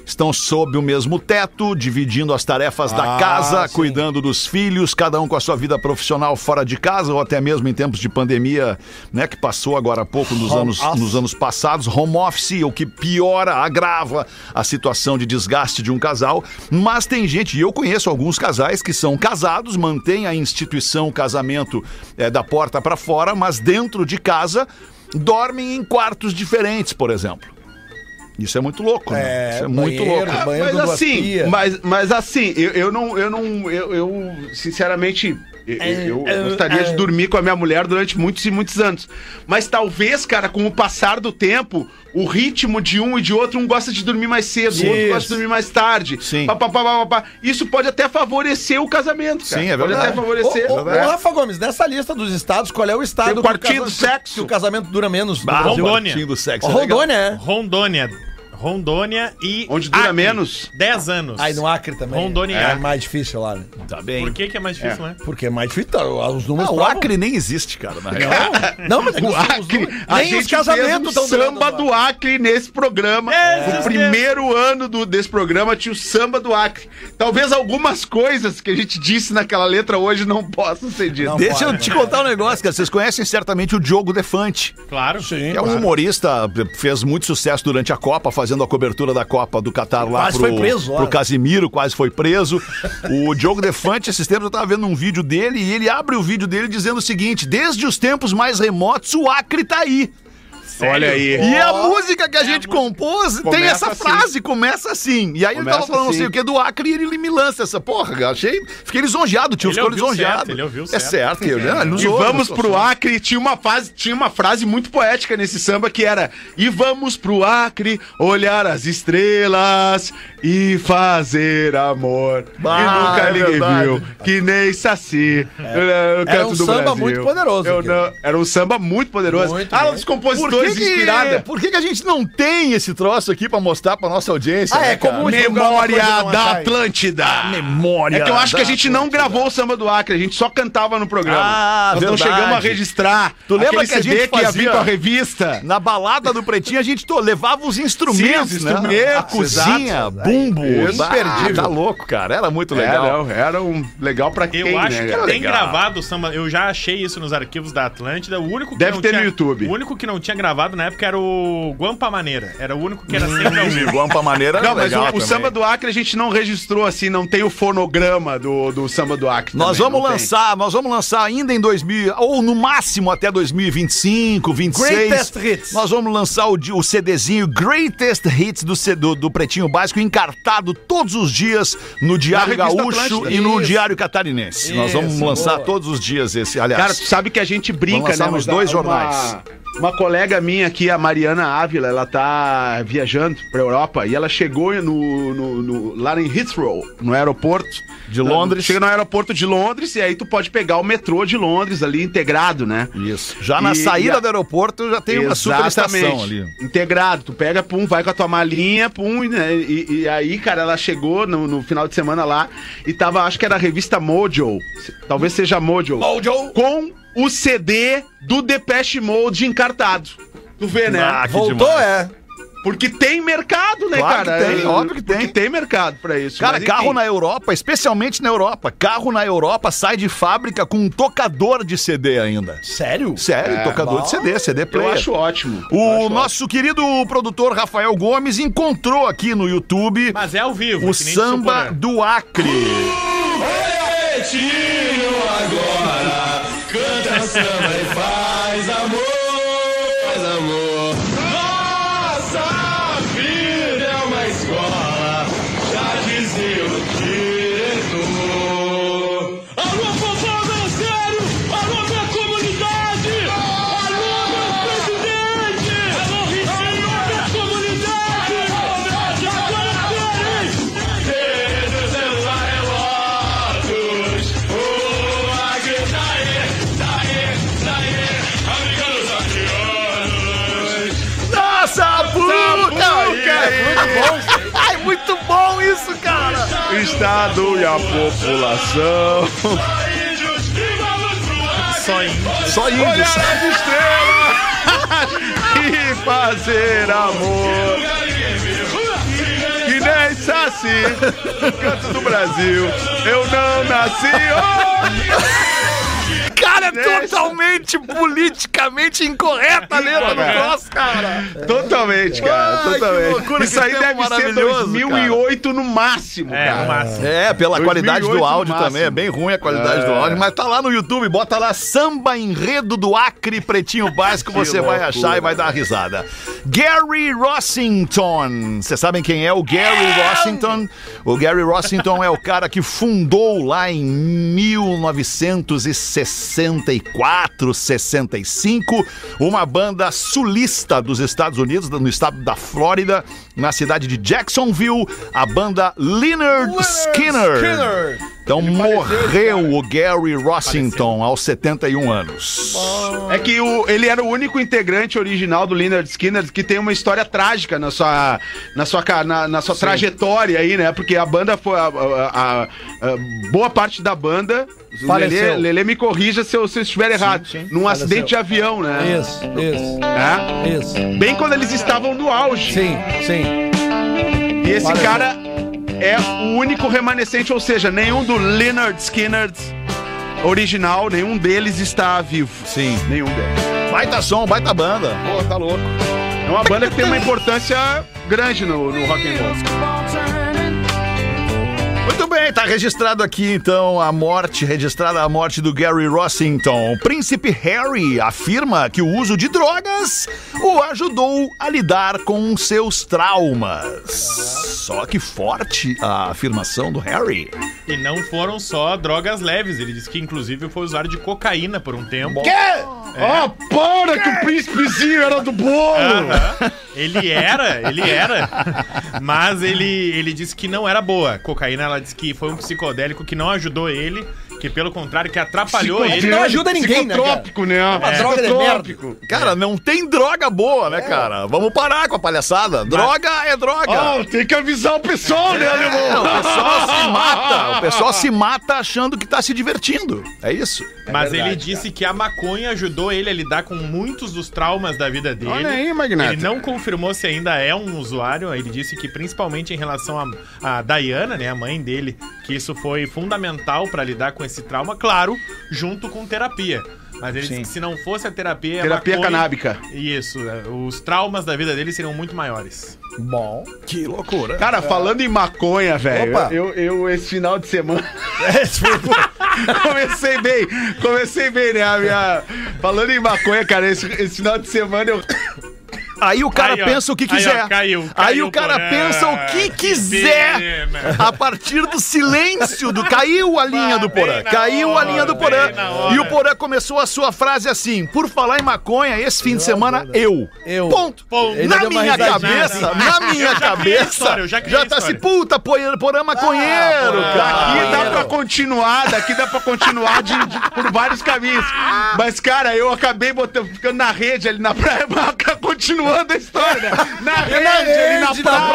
Speaker 2: Estão sob o mesmo teto, dividindo as tarefas da
Speaker 5: Ah,
Speaker 2: casa,
Speaker 5: sim.
Speaker 2: cuidando dos filhos, cada um com a sua vida profissional fora de casa, ou até mesmo em tempos de pandemia, né, que passou agora há pouco, nos,
Speaker 5: Home
Speaker 2: anos,
Speaker 5: office.
Speaker 2: nos anos passados, home office, o que piora, agrava a situação de desgaste de um casal. Mas tem gente, e eu conheço alguns casais que são casados, mantêm a instituição casamento eh, da porta para fora, mas dentro de casa dormem em quartos diferentes, por exemplo. Isso é muito louco, né?
Speaker 5: É,
Speaker 2: Isso é muito
Speaker 5: banheiro,
Speaker 2: louco.
Speaker 5: banheiro
Speaker 6: Ah, mas
Speaker 5: do
Speaker 6: assim,
Speaker 5: Guapia.
Speaker 6: mas, mas assim, eu, eu não, eu não, eu, eu, sinceramente Eu, eu- eu gostaria de dormir com a minha mulher durante muitos e muitos anos. Mas talvez, cara, com o passar do tempo, o ritmo de um e de outro, um gosta de dormir mais cedo, o outro
Speaker 2: Isso.
Speaker 6: gosta de dormir mais tarde.
Speaker 2: Sim.
Speaker 6: Pá, pá, pá, pá, pá, pá. Isso pode até favorecer o casamento, cara.
Speaker 2: Sim, é
Speaker 6: Pode
Speaker 2: verdade.
Speaker 6: até favorecer.
Speaker 5: Ô, ô, ô,
Speaker 6: né?
Speaker 5: Rafa Gomes, dessa lista dos estados, qual é o estado
Speaker 6: Tem o quartinho
Speaker 5: casa-
Speaker 6: do sexo.
Speaker 5: que o casamento dura menos? no
Speaker 2: Ah,
Speaker 5: Brasil?
Speaker 8: Rondônia.
Speaker 2: quartinho do sexo.
Speaker 5: Ó,
Speaker 2: é legal.
Speaker 5: Rondônia, é.
Speaker 8: Rondônia. Rondônia e.
Speaker 6: Onde dura menos?
Speaker 8: 10 anos.
Speaker 5: Aí no Acre também.
Speaker 8: Rondônia e
Speaker 5: É
Speaker 8: Acre.
Speaker 5: mais difícil lá, né?
Speaker 2: Tá bem.
Speaker 8: Por que, que é mais difícil, né?
Speaker 5: Porque é mais difícil. tá, Os números
Speaker 2: Ah, o
Speaker 5: provam-
Speaker 2: Acre nem existe, cara. né? Na real.
Speaker 5: Não, não mas é que
Speaker 6: O
Speaker 5: os- os
Speaker 6: Acre,
Speaker 5: números-
Speaker 6: a
Speaker 5: nem os
Speaker 6: gente casamentos
Speaker 5: casamentos
Speaker 6: fez um
Speaker 5: estão
Speaker 6: samba do Acre nesse programa.
Speaker 8: É,
Speaker 6: No
Speaker 8: esses
Speaker 6: primeiro ano do, desse programa tinha o samba do Acre. Talvez algumas coisas que a gente disse naquela letra hoje não possam ser ditas.
Speaker 2: Deixa eu te contar um negócio, cara. Vocês conhecem certamente o Diogo Defante.
Speaker 8: Claro. Sim.
Speaker 2: Que é um humorista, fez muito sucesso durante a Copa, fazendo a cobertura da Copa do Catar lá
Speaker 5: Quase
Speaker 2: pro,
Speaker 5: foi preso,
Speaker 2: pro
Speaker 5: olha.
Speaker 2: Casimiro, quase foi preso. O Diogo Defante, esses tempos eu tava vendo um vídeo dele e ele abre o vídeo dele dizendo o seguinte: desde os tempos mais remotos, o Acre tá aí.
Speaker 6: Olha aí.
Speaker 2: E a música que a gente compôs tem
Speaker 6: Começa
Speaker 2: essa
Speaker 6: assim.
Speaker 2: frase, começa assim. E aí
Speaker 6: Começa
Speaker 2: eu tava falando não
Speaker 6: assim.
Speaker 2: sei o que do Acre e ele me lança essa porra, cara. Achei. Fiquei lisonjeado, tio.
Speaker 8: Ele
Speaker 2: Ficou
Speaker 8: ouviu
Speaker 2: lisonjeado.
Speaker 8: certo, ele ouviu
Speaker 2: É
Speaker 8: certo.
Speaker 2: certo, eu, né? ele nos
Speaker 6: E
Speaker 2: ouve,
Speaker 6: vamos
Speaker 2: nos
Speaker 6: pro
Speaker 2: ouve.
Speaker 6: Acre. Tinha uma, fase, tinha uma frase muito poética nesse samba que era: E vamos pro Acre olhar as estrelas e fazer amor.
Speaker 2: Ah,
Speaker 6: e nunca
Speaker 2: é
Speaker 6: ninguém
Speaker 2: verdade.
Speaker 6: viu, que nem Saci. É.
Speaker 5: Era um samba muito poderoso,
Speaker 6: Eu
Speaker 5: aquilo.
Speaker 6: não- era um samba muito poderoso.
Speaker 5: Muito
Speaker 6: ah,
Speaker 5: bem.
Speaker 6: dos
Speaker 2: Por
Speaker 6: compositores
Speaker 2: que, que,
Speaker 6: inspirada.
Speaker 2: por que, que a gente não tem esse troço aqui pra mostrar pra nossa audiência?
Speaker 5: Ah, é
Speaker 2: né, cara? Ah,
Speaker 5: comum divulgar uma coisa e
Speaker 6: Memória
Speaker 5: não
Speaker 6: da
Speaker 5: achar.
Speaker 6: Atlântida.
Speaker 2: Memória
Speaker 6: É que eu acho que a
Speaker 2: da
Speaker 6: gente não gravou o samba do Acre, a gente só cantava no programa.
Speaker 2: Ah,
Speaker 6: Nós não
Speaker 2: verdade.
Speaker 6: chegamos a registrar.
Speaker 2: Tu lembra
Speaker 6: Aquele
Speaker 2: que a gente
Speaker 6: que ia
Speaker 2: fazia-
Speaker 6: vir com a revista?
Speaker 2: Na balada do Pretinho, a gente to- levava os instrumentos,
Speaker 6: Sim, os
Speaker 2: né?
Speaker 6: instrumentos,
Speaker 2: A cozinha,
Speaker 6: exato.
Speaker 2: bumbo.
Speaker 6: Isso.
Speaker 2: bah,
Speaker 6: Imperdível.
Speaker 2: Tá louco, cara. Era
Speaker 6: É,
Speaker 2: muito legal.
Speaker 6: Era, era um legal pra quem,
Speaker 8: Eu acho
Speaker 6: né?
Speaker 8: que
Speaker 6: Era
Speaker 8: tem
Speaker 6: legal.
Speaker 8: gravado o samba. Eu já achei isso nos arquivos da Atlântida. O único que
Speaker 6: Deve
Speaker 8: não
Speaker 6: ter no
Speaker 8: tinha,
Speaker 6: YouTube.
Speaker 8: O único que não tinha gravado na época era o Guampa Maneira. Era o único que era
Speaker 6: Hum,
Speaker 8: sempre ao vivo.
Speaker 2: Guampa Maneira era
Speaker 6: Não, mas
Speaker 2: legal
Speaker 6: o- o,
Speaker 2: também.
Speaker 6: samba do Acre a gente não registrou assim, não tem o fonograma do, do samba do Acre.
Speaker 2: Nós
Speaker 6: também,
Speaker 2: vamos
Speaker 6: não tem.
Speaker 2: lançar, nós vamos lançar ainda em 2000, ou no máximo até 2025, 26.
Speaker 5: Greatest Hits.
Speaker 2: Nós vamos lançar o, di- o CDzinho Greatest Hits do, C- do, do Pretinho Básico, encartado todos os dias no Diário
Speaker 6: revista
Speaker 2: Gaúcho
Speaker 6: Atlântida.
Speaker 2: e no
Speaker 5: Isso.
Speaker 2: Diário Catarinense. nós vamos
Speaker 5: Isso,
Speaker 2: lançar
Speaker 5: boa.
Speaker 2: todos os dias esse, aliás.
Speaker 6: Cara, tu sabe que a gente
Speaker 2: Vamos
Speaker 6: brinca,
Speaker 2: lançar
Speaker 6: né?
Speaker 2: nos
Speaker 6: mas
Speaker 2: dois
Speaker 6: uma-
Speaker 2: jornais.
Speaker 6: Uma colega minha aqui, a Mariana Ávila, ela tá viajando pra Europa e ela chegou no, no- no- lá em Heathrow, no aeroporto.
Speaker 2: De Londres.
Speaker 6: Chega no aeroporto de Londres e aí tu pode pegar o metrô de Londres ali integrado, né?
Speaker 2: Isso. Já na
Speaker 6: E-
Speaker 2: saída
Speaker 6: e a-
Speaker 2: do aeroporto já tem uma super estação ali.
Speaker 6: Integrado. Tu pega, pum, vai com a tua malinha, pum, e, né, e- e aí, cara, ela chegou no, no final de semana lá e tava, acho que era a revista Mojo. se- Talvez seja Mojo.
Speaker 5: Mojo.
Speaker 6: Com o CD do Depeche Mode encartado. Tu vê, né?
Speaker 2: Ah, que
Speaker 5: Voltou,
Speaker 2: demais.
Speaker 5: é.
Speaker 6: Porque tem mercado, né,
Speaker 2: Claro que
Speaker 6: cara?
Speaker 2: tem,
Speaker 6: É,
Speaker 2: óbvio que tem.
Speaker 6: Porque tem mercado pra isso.
Speaker 2: Cara,
Speaker 6: mas enfim.
Speaker 2: carro na Europa, especialmente na Europa, carro na Europa sai de fábrica com um tocador de CD ainda.
Speaker 5: Sério?
Speaker 2: Sério,
Speaker 6: É,
Speaker 2: tocador
Speaker 5: bom.
Speaker 2: de CD, CD
Speaker 6: Eu
Speaker 2: player.
Speaker 6: acho ótimo.
Speaker 2: O
Speaker 6: Eu acho ótimo.
Speaker 2: nosso querido produtor Rafael Gomes encontrou aqui no YouTube
Speaker 8: Mas é ao vivo.
Speaker 2: o
Speaker 8: que nem
Speaker 2: samba
Speaker 8: suponho.
Speaker 2: do Acre.
Speaker 1: Alô, povo sério! Alô, minha comunidade! Alô, meu presidente! Alô, Alô, minha comunidade! E agora querem! Queridos seus arrelotos! O Acre tá aí, tá aí, tá aí! Americanos, arqueanos!
Speaker 2: Nossa,
Speaker 6: Sapucaí!
Speaker 2: Ai, muito bom isso, cara!
Speaker 6: O Estado e a população.
Speaker 1: Índios, e vamos pro Acre!
Speaker 8: Só em
Speaker 2: Só
Speaker 6: Olhar
Speaker 2: índios.
Speaker 6: as estrelas e fazer amor. Que nem Saci, no canto do Brasil, eu não nasci. Oh!
Speaker 2: Cara, Cara, é totalmente politicamente incorreta a letra do troço, cara.
Speaker 6: Totalmente, cara.
Speaker 2: Ai, que
Speaker 6: totalmente.
Speaker 2: loucura,
Speaker 6: Isso
Speaker 2: que
Speaker 6: aí
Speaker 2: tempo
Speaker 6: deve ser
Speaker 2: maravilhoso,
Speaker 6: 2008 no máximo,
Speaker 8: É,
Speaker 6: cara.
Speaker 8: o máximo.
Speaker 2: É, pela
Speaker 6: 2008
Speaker 2: qualidade do
Speaker 6: no
Speaker 2: áudio
Speaker 6: máximo. É.
Speaker 2: também, é bem ruim a qualidade do áudio, mas tá lá no YouTube, bota lá samba enredo do Acre Pretinho Básico, você vai achar e vai dar risada. Gary Rossington, vocês sabem quem é o Gary Rossington? O Gary Rossington é o cara que fundou lá em 1964, 65, uma banda sulista dos Estados Unidos, no estado da Flórida, na cidade de Jacksonville, a banda Leonard Skinner. Então morreu o Gary Rossington aos 71 anos.
Speaker 6: É que o- ele era o único integrante original do Leonard Skinner que tem uma história trágica na sua, na sua, ca- na, na sua trajetória aí, né? Porque a banda foi. A, a- a- a boa parte da banda.
Speaker 5: Faleceu.
Speaker 6: Lele, Lele, me corrija se eu, se eu estiver errado. Num acidente de avião, né?
Speaker 5: Isso, isso,
Speaker 6: É?
Speaker 5: isso.
Speaker 6: Bem quando eles estavam no auge.
Speaker 5: Sim, sim.
Speaker 6: E esse
Speaker 5: Faleceu.
Speaker 6: cara é o único remanescente, ou seja, nenhum do Leonard Skinner original, nenhum deles está vivo.
Speaker 2: Sim.
Speaker 6: Nenhum deles.
Speaker 2: Baita som, baita banda.
Speaker 6: Pô, tá louco. É uma banda que tem uma importância grande no, no rock and roll.
Speaker 2: Muito bem, tá registrado aqui então a morte, registrada a morte do Gary Rossington. O príncipe Harry afirma que o uso de drogas o ajudou a lidar com seus traumas. Só que forte a afirmação do Harry.
Speaker 8: E não foram só drogas leves. Ele disse que, inclusive, foi usuário de cocaína por um tempo.
Speaker 6: Ah, para que o príncipezinho era do bolo!
Speaker 8: Aham. Ele era, ele era. Mas ele, ele disse que não era boa. Cocaína, ela disse que foi um psicodélico que não ajudou ele, que pelo contrário, que atrapalhou ele.
Speaker 5: não ajuda ninguém, né, cara?
Speaker 6: né, Psicotrópico, né? É.
Speaker 5: droga de
Speaker 6: Psicotrópico.
Speaker 2: Cara, não tem droga boa, né,
Speaker 5: É,
Speaker 2: cara? Vamos parar com a palhaçada. Droga é droga.
Speaker 6: Ah, tem que avisar o pessoal, né,
Speaker 2: É,
Speaker 6: alemão?
Speaker 2: o pessoal se mata. O pessoal se mata achando que tá se divertindo. É isso.
Speaker 8: Mas ele disse que a maconha ajudou ele a lidar com muitos dos traumas da vida dele.
Speaker 6: Olha aí, Magnata.
Speaker 8: Ele não confirmou se ainda é um usuário. Ele disse que principalmente em relação a, a Diana, né, a mãe dele, que isso foi fundamental pra lidar com esse trauma, claro, junto com terapia. Mas ele disse que se não fosse a terapia, a
Speaker 6: Terapia
Speaker 8: maconha-
Speaker 6: canábica.
Speaker 8: Isso, é, os traumas da vida dele seriam muito maiores.
Speaker 5: Bom.
Speaker 2: Que loucura.
Speaker 6: Cara, falando em maconha, velho,
Speaker 5: Opa.
Speaker 6: eu, eu esse final de semana. comecei bem, comecei bem, né? A minha... Falando em maconha, cara, esse, esse final de semana eu.
Speaker 2: Aí o cara
Speaker 8: Aí, ó.
Speaker 2: pensa o que
Speaker 8: Aí, ó,
Speaker 2: quiser.
Speaker 8: caiu,
Speaker 2: Aí
Speaker 8: caiu,
Speaker 2: o cara
Speaker 8: porra.
Speaker 2: pensa o que
Speaker 8: Que
Speaker 2: quiser.
Speaker 8: pena.
Speaker 2: A partir do silêncio do caiu a linha
Speaker 8: Ah,
Speaker 2: do
Speaker 8: bem
Speaker 2: Porã.
Speaker 8: na
Speaker 2: Caiu a
Speaker 8: hora,
Speaker 2: linha do
Speaker 8: bem
Speaker 2: Porã.
Speaker 8: na hora.
Speaker 2: E o Porã começou a sua frase assim: "Por falar em maconha, esse fim de semana eu".
Speaker 5: Eu.
Speaker 2: Ponto.
Speaker 8: Ponto.
Speaker 5: Ele
Speaker 2: Na
Speaker 5: deu uma
Speaker 2: minha
Speaker 5: risadinha
Speaker 2: cabeça,
Speaker 8: assim.
Speaker 2: na
Speaker 8: Eu
Speaker 2: minha
Speaker 8: já criei a
Speaker 2: cabeça,
Speaker 8: história, eu já criei
Speaker 2: já
Speaker 8: a
Speaker 2: tá se
Speaker 8: história. Ah,
Speaker 2: puta, Porã Porã é maconheiro, Tá
Speaker 5: Porã.
Speaker 2: cara.
Speaker 6: Daqui dá pra continuar, daqui dá pra continuar de- de- por vários caminhos. Mas, cara, eu acabei botando, ficando na rede ali na praia, mas continuando a história. né? Na rede, ali na praia.
Speaker 5: rede,
Speaker 6: Então,
Speaker 5: na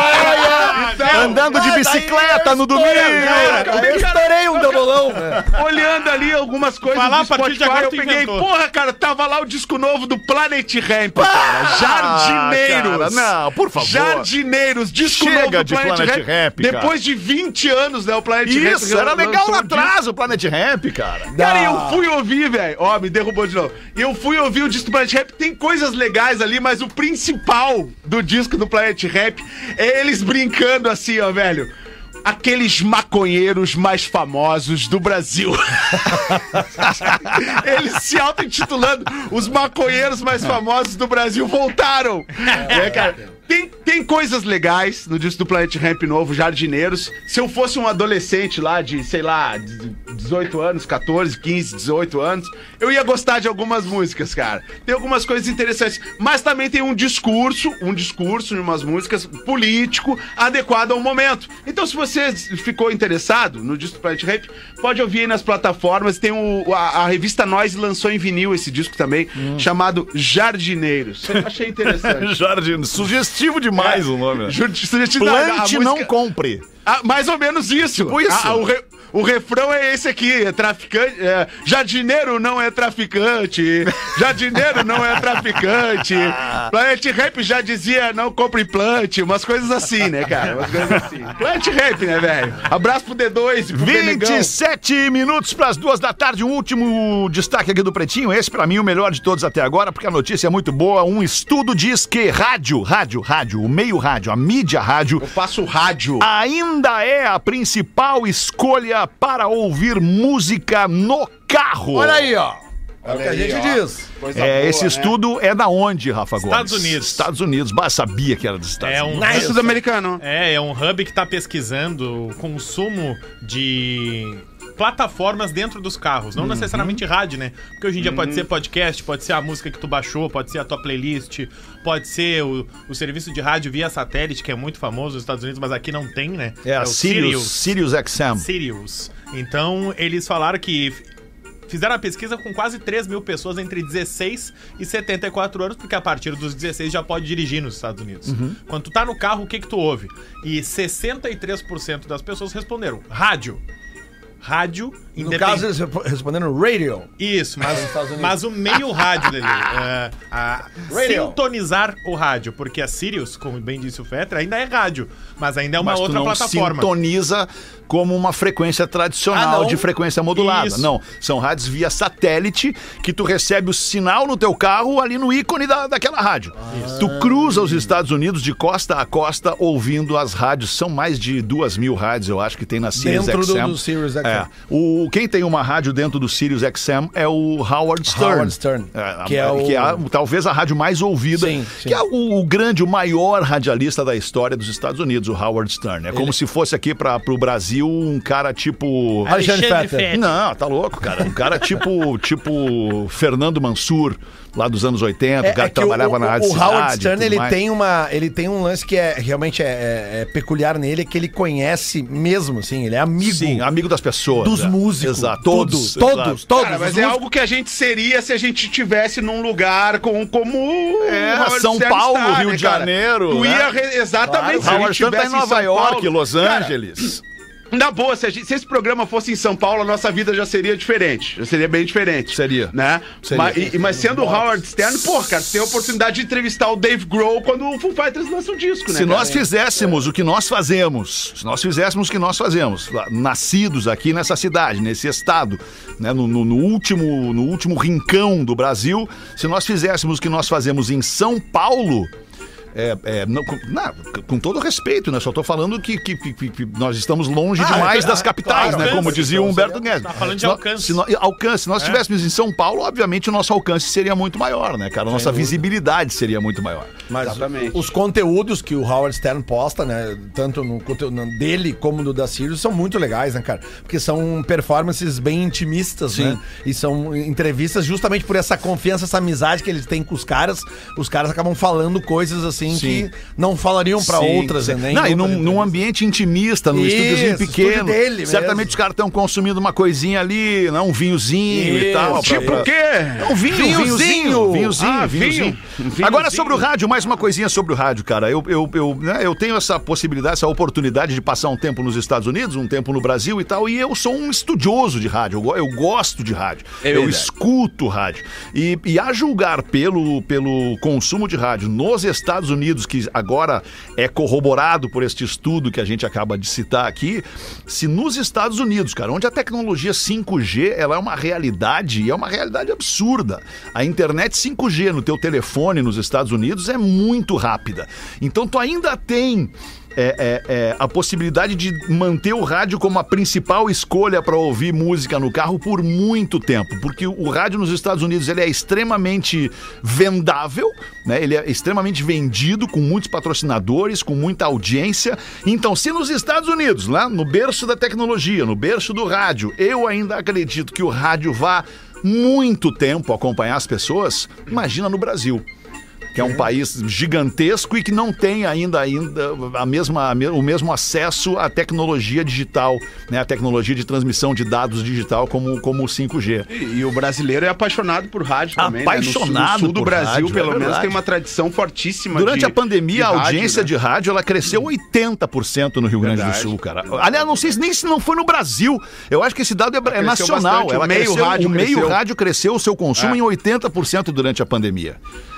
Speaker 6: praia.
Speaker 2: Andando de bicicleta no domingo.
Speaker 6: cara,
Speaker 5: Cara, eu estourei um doubolão.
Speaker 6: É. olhando ali algumas coisas
Speaker 8: Falar
Speaker 6: do
Speaker 8: a partir de
Speaker 6: Spotify,
Speaker 8: agora
Speaker 6: eu
Speaker 8: tu
Speaker 6: peguei,
Speaker 8: inventou.
Speaker 6: porra, cara, tava lá o disco novo do Planet Ramp, cara.
Speaker 2: Ah, cara,
Speaker 6: Jardineiros.
Speaker 2: não, por favor.
Speaker 6: Jardineiros, disco
Speaker 2: Chega
Speaker 6: novo do
Speaker 2: de
Speaker 6: Planet,
Speaker 2: Planet
Speaker 6: Ramp.
Speaker 2: Ramp, cara.
Speaker 6: Depois de 20 anos, né, o Planet Ramp.
Speaker 2: Isso, era
Speaker 6: lançou
Speaker 2: legal lá
Speaker 6: um disco.
Speaker 2: atrás o Planet Ramp, cara. Ah.
Speaker 6: Cara, eu fui ouvir, velho. Ó, me derrubou de novo. Eu fui ouvir o disco do Planet Rap. Tem coisas legais ali, mas o principal do disco do Planet Rap é eles brincando assim, ó, velho. Aqueles maconheiros mais famosos do Brasil. Eles se auto-intitulando os maconheiros mais famosos do Brasil voltaram. É, cara. Tem, tem coisas legais no disco do Planet Ramp novo, Jardineiros. Se eu fosse um adolescente lá de, sei lá, de- 18 anos, 14, 15, 18 anos, eu ia gostar de algumas músicas, cara. Tem algumas coisas interessantes, mas também tem um discurso, um discurso em umas músicas político adequado ao momento. Então, se você ficou interessado no disco do Planet Ramp, pode ouvir aí nas plataformas. Tem o, a, a revista Nós lançou em vinil esse disco também, chamado Jardineiros. Eu achei interessante.
Speaker 2: Jardim, sugestivo demais o nome. né?
Speaker 6: Ju- sugestivo- a- a
Speaker 2: Plante não
Speaker 6: música-
Speaker 2: compre.
Speaker 6: ah, mais ou menos isso.
Speaker 2: Tipo isso.
Speaker 6: Ah, o, re- O refrão é esse aqui, é traficante. é, jardineiro não é traficante. Jardineiro não é traficante. Planet Rap já dizia não compre plante. Umas coisas assim, né, cara? Umas coisas assim. Planet Rap, né, velho? Abraço pro D2, pro Benegão.
Speaker 2: 27 minutos para as duas da tarde, o último destaque aqui do Pretinho. Esse, para mim, o melhor de todos até agora, porque a notícia é muito boa. Um estudo diz que rádio, rádio, rádio, o meio rádio, a mídia rádio,
Speaker 6: Eu faço rádio.
Speaker 2: ainda é a principal escolha para ouvir música no carro.
Speaker 5: Olha aí, ó. É o que
Speaker 6: Olha
Speaker 5: a
Speaker 6: aí,
Speaker 5: gente
Speaker 6: ó.
Speaker 5: diz.
Speaker 6: Coisa
Speaker 2: É,
Speaker 6: boa,
Speaker 2: esse
Speaker 6: né?
Speaker 2: estudo é da onde, Rafa Gomes?
Speaker 8: Estados Unidos.
Speaker 2: Estados Unidos. Bah, sabia que era dos Estados
Speaker 8: É
Speaker 2: Unidos.
Speaker 8: um,
Speaker 6: É estudo americano.
Speaker 8: é, é um hub que tá pesquisando o consumo de plataformas dentro dos carros,
Speaker 2: Uhum.
Speaker 8: não necessariamente rádio, né? Porque hoje em dia pode ser podcast, pode ser a música que tu baixou, pode ser a tua playlist, pode ser o, o serviço de rádio via satélite, que é muito famoso nos Estados Unidos, mas aqui não tem, né?
Speaker 2: É, a
Speaker 8: o
Speaker 2: Sirius, Sirius XM.
Speaker 8: Sirius. Então, eles falaram que f- fizeram a pesquisa com quase 3 mil pessoas entre 16 e 74 anos, porque a partir dos 16 já pode dirigir nos Estados Unidos.
Speaker 2: Uhum.
Speaker 8: Quando tu tá no carro, o que que tu ouve? E 63% das pessoas responderam rádio. Rádio,
Speaker 5: No
Speaker 8: independente.
Speaker 5: caso, eles repo- responderam radio.
Speaker 8: Isso, mas,
Speaker 5: Estados Unidos.
Speaker 8: mas o meio rádio, Lelê. é, a-
Speaker 5: Radio.
Speaker 8: sintonizar o rádio, porque a Sirius, como bem disse o Fetra, ainda é rádio, mas ainda é uma
Speaker 2: mas tu
Speaker 8: outra
Speaker 2: não
Speaker 8: plataforma.
Speaker 2: sintoniza como uma frequência tradicional
Speaker 5: Ah, não?
Speaker 2: de frequência modulada.
Speaker 8: Isso.
Speaker 2: Não, são rádios via satélite que tu recebe o sinal no teu carro ali no ícone da, daquela rádio. Tu cruza os Estados Unidos de costa a costa ouvindo as rádios. São mais de duas mil rádios, eu acho, que tem na Sirius
Speaker 5: Dentro do-
Speaker 2: XM.
Speaker 5: do Sirius XM.
Speaker 2: É. O, quem tem uma rádio dentro do Sirius XM é o Howard Stern.
Speaker 5: Howard Stern,
Speaker 2: É,
Speaker 5: que é o-
Speaker 2: que é a- talvez a rádio mais ouvida,
Speaker 5: Sim, sim.
Speaker 2: que é o, o grande, o maior radialista da história dos Estados Unidos, o Howard Stern. É como se fosse aqui para o Brasil um cara tipo.
Speaker 5: Alexandre Fetter.
Speaker 8: Alexandre Fetter.
Speaker 2: Não, tá louco, cara. Um cara tipo, tipo Fernando Mansur, lá dos anos 80, o cara que
Speaker 5: É, o-
Speaker 2: trabalhava
Speaker 5: o,
Speaker 2: na rádio
Speaker 5: O
Speaker 2: Cidade
Speaker 5: Howard
Speaker 2: e
Speaker 5: Stern,
Speaker 2: tudo
Speaker 5: ele
Speaker 2: mais.
Speaker 5: tem, uma, ele tem um lance que é realmente é, é- é peculiar nele, é que ele conhece mesmo, assim, ele é amigo
Speaker 2: Sim, amigo das pessoas.
Speaker 5: dos
Speaker 2: é.
Speaker 5: músicos.
Speaker 2: Exato. Todos.
Speaker 5: Todos, todos,
Speaker 2: exato.
Speaker 5: todos.
Speaker 6: Cara, mas
Speaker 5: os
Speaker 6: é
Speaker 5: músicos.
Speaker 6: algo que a gente seria se a gente tivesse num lugar com, como
Speaker 2: É,
Speaker 6: o Howard
Speaker 2: São
Speaker 6: Stern
Speaker 2: Paulo, Rio
Speaker 6: né,
Speaker 2: de
Speaker 6: cara?
Speaker 2: Janeiro,
Speaker 6: Tu
Speaker 2: né?
Speaker 6: ia re- exatamente.
Speaker 2: O Howard Stern tá em Nova York, Los
Speaker 6: Angeles.
Speaker 2: Angeles.
Speaker 6: Na boa, se, a gente- se esse programa fosse em São Paulo, a nossa vida já seria diferente. Já seria bem diferente.
Speaker 2: Seria.
Speaker 6: Né?
Speaker 2: Seria.
Speaker 6: Mas, e- e- mas sendo o Howard Stern, pô, cara, você tem a oportunidade de entrevistar o Dave Grohl quando o Foo Fighters lança um disco, né?
Speaker 2: Se
Speaker 6: cara?
Speaker 2: nós fizéssemos o que nós fazemos, se nós fizéssemos o que nós fazemos, lá- nascidos aqui nessa cidade, nesse estado, né, no, no- no último, no último rincão do Brasil, se nós fizéssemos o que nós fazemos em São Paulo. é, é, não, com, não, com todo respeito, né? Só tô falando que, que- que- que- que nós estamos longe demais das capitais,
Speaker 8: Ah, é claro,
Speaker 2: né?
Speaker 8: alcance,
Speaker 2: Como dizia o
Speaker 8: então,
Speaker 2: Humberto
Speaker 8: seria-
Speaker 2: Guedes.
Speaker 8: tá falando de
Speaker 2: Se nós-
Speaker 8: alcance. É.
Speaker 2: Se nós, alcance, se nós estivéssemos em São Paulo, obviamente o nosso alcance seria muito maior, né, cara? A nossa visibilidade seria muito maior.
Speaker 5: Mas
Speaker 6: Exatamente.
Speaker 5: Tá? os conteúdos que o Howard Stern posta, né? Tanto no conteúdo dele como no da Sirius, são muito legais, né, cara? Porque são performances bem intimistas, né? E são entrevistas justamente por essa confiança, essa amizade que eles têm com os caras. Os caras acabam falando coisas assim que não falariam pra
Speaker 2: Sim,
Speaker 5: outras,
Speaker 2: sim.
Speaker 5: né? nem
Speaker 2: Não,
Speaker 5: em
Speaker 2: e num,
Speaker 5: outras
Speaker 2: num ambiente intimista, num
Speaker 5: Isso,
Speaker 2: estúdiozinho
Speaker 5: estúdio
Speaker 2: pequeno.
Speaker 5: dele
Speaker 2: certamente
Speaker 5: mesmo.
Speaker 2: os caras estão consumindo uma coisinha ali, né, um vinhozinho e
Speaker 5: Isso,
Speaker 2: tal.
Speaker 6: Tipo o quê?
Speaker 2: Um vinho, vinhozinho. Vinhozinho, vinhozinho.
Speaker 6: Ah, vinho. Vinhozinho.
Speaker 2: Agora sobre o rádio, mais uma coisinha sobre o rádio, cara. Eu, eu, eu, né, eu tenho essa possibilidade, essa oportunidade de passar um tempo nos Estados Unidos, um tempo no Brasil e tal, e eu sou um estudioso de rádio. Eu, go- eu gosto de rádio. eu escuto rádio. E, e a julgar pelo, pelo consumo de rádio nos Estados Unidos, que agora é corroborado por este estudo que a gente acaba de citar aqui, se nos Estados Unidos, cara, onde a tecnologia 5G ela é uma realidade e é uma realidade absurda. A internet 5G no teu telefone nos Estados Unidos é muito rápida. Então tu ainda tem é, é, é, a possibilidade de manter o rádio como a principal escolha para ouvir música no carro por muito tempo, porque o rádio nos Estados Unidos ele é extremamente vendável, né? ele é extremamente vendido, com muitos patrocinadores, com muita audiência. Então, se nos Estados Unidos, lá no berço da tecnologia, no berço do rádio, eu ainda acredito que o rádio vá muito tempo acompanhar as pessoas, imagina no Brasil. que é um país gigantesco e que não tem ainda, ainda a mesma, a me- o mesmo acesso à tecnologia digital, né? a tecnologia de transmissão de dados digital como, como o 5G.
Speaker 6: E, e o brasileiro é apaixonado por rádio também. né? No sul-
Speaker 2: Apaixonado
Speaker 6: No sul do
Speaker 2: por
Speaker 6: Brasil,
Speaker 2: rádio, é
Speaker 6: pelo menos,
Speaker 2: verdade.
Speaker 6: tem uma tradição fortíssima
Speaker 2: Durante
Speaker 6: de-
Speaker 2: a pandemia,
Speaker 6: de
Speaker 2: a
Speaker 6: rádio,
Speaker 2: audiência
Speaker 6: né?
Speaker 2: de rádio ela cresceu 80% no Rio Grande
Speaker 6: Verdade.
Speaker 2: do Sul, cara. Aliás, não sei se nem se não foi no Brasil. Eu acho que esse dado é, bra- é
Speaker 6: cresceu
Speaker 2: nacional.
Speaker 6: bastante, o
Speaker 2: Ela
Speaker 6: meio
Speaker 2: cresceu-
Speaker 6: rádio
Speaker 2: o meio
Speaker 6: cresceu. É.
Speaker 2: rádio cresceu o seu consumo em 80% durante a pandemia.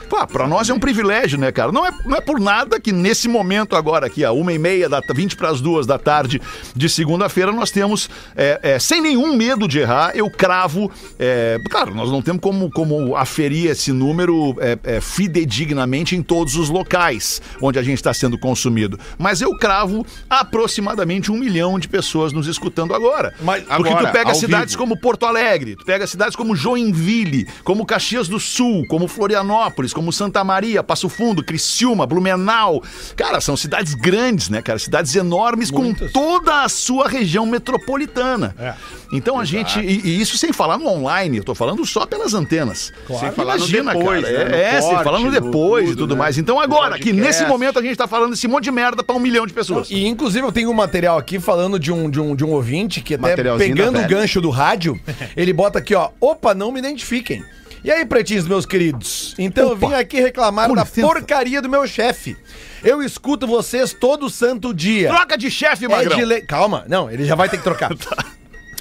Speaker 2: Pô, pra nós é um privilégio, né, cara? Não é, não é por nada que nesse momento agora, aqui, a uma e meia, da, ta- 20 para as duas da tarde de segunda-feira, nós temos, é, é, sem nenhum medo de errar, eu cravo. É, claro, nós não temos como, como aferir esse número é, é, fidedignamente em todos os locais onde a gente está sendo consumido. Mas eu cravo aproximadamente um milhão de pessoas nos escutando agora.
Speaker 6: Mas
Speaker 2: Porque
Speaker 6: agora,
Speaker 2: tu pega
Speaker 6: ao
Speaker 2: cidades
Speaker 6: vivo.
Speaker 2: como Porto Alegre, tu pega cidades como Joinville, como Caxias do Sul, como Florianópolis, como Santa Maria, Passo Fundo, Criciúma, Blumenau. Cara, são cidades grandes, né, cara? Cidades enormes com toda a sua região metropolitana.
Speaker 6: É.
Speaker 2: Então a gente. E, e isso sem falar no online, eu tô falando só pelas antenas.
Speaker 6: Sem falar no
Speaker 2: Imagina,
Speaker 6: depois,
Speaker 2: cara.
Speaker 6: né? No
Speaker 2: é, é, sem
Speaker 6: corte,
Speaker 2: falar no
Speaker 6: no
Speaker 2: depois e
Speaker 6: tudo,
Speaker 2: tudo
Speaker 6: né?
Speaker 2: mais. Então agora, que
Speaker 6: podcast.
Speaker 2: nesse momento a gente tá falando esse monte de merda pra um milhão de pessoas.
Speaker 5: E inclusive eu tenho um material aqui falando de um, de um, de um ouvinte que até
Speaker 6: Materialzinho
Speaker 5: pegando
Speaker 6: da
Speaker 5: o
Speaker 6: velha.
Speaker 5: gancho do rádio, ele bota aqui, ó, opa, não me identifiquem. E aí, pretinhos, meus queridos? Então eu vim aqui reclamar da porcaria do meu chefe. Eu escuto vocês todo santo dia.
Speaker 2: Troca de chefe,
Speaker 5: É
Speaker 2: Magrão.
Speaker 5: de lei- Calma, não, ele já vai ter que trocar.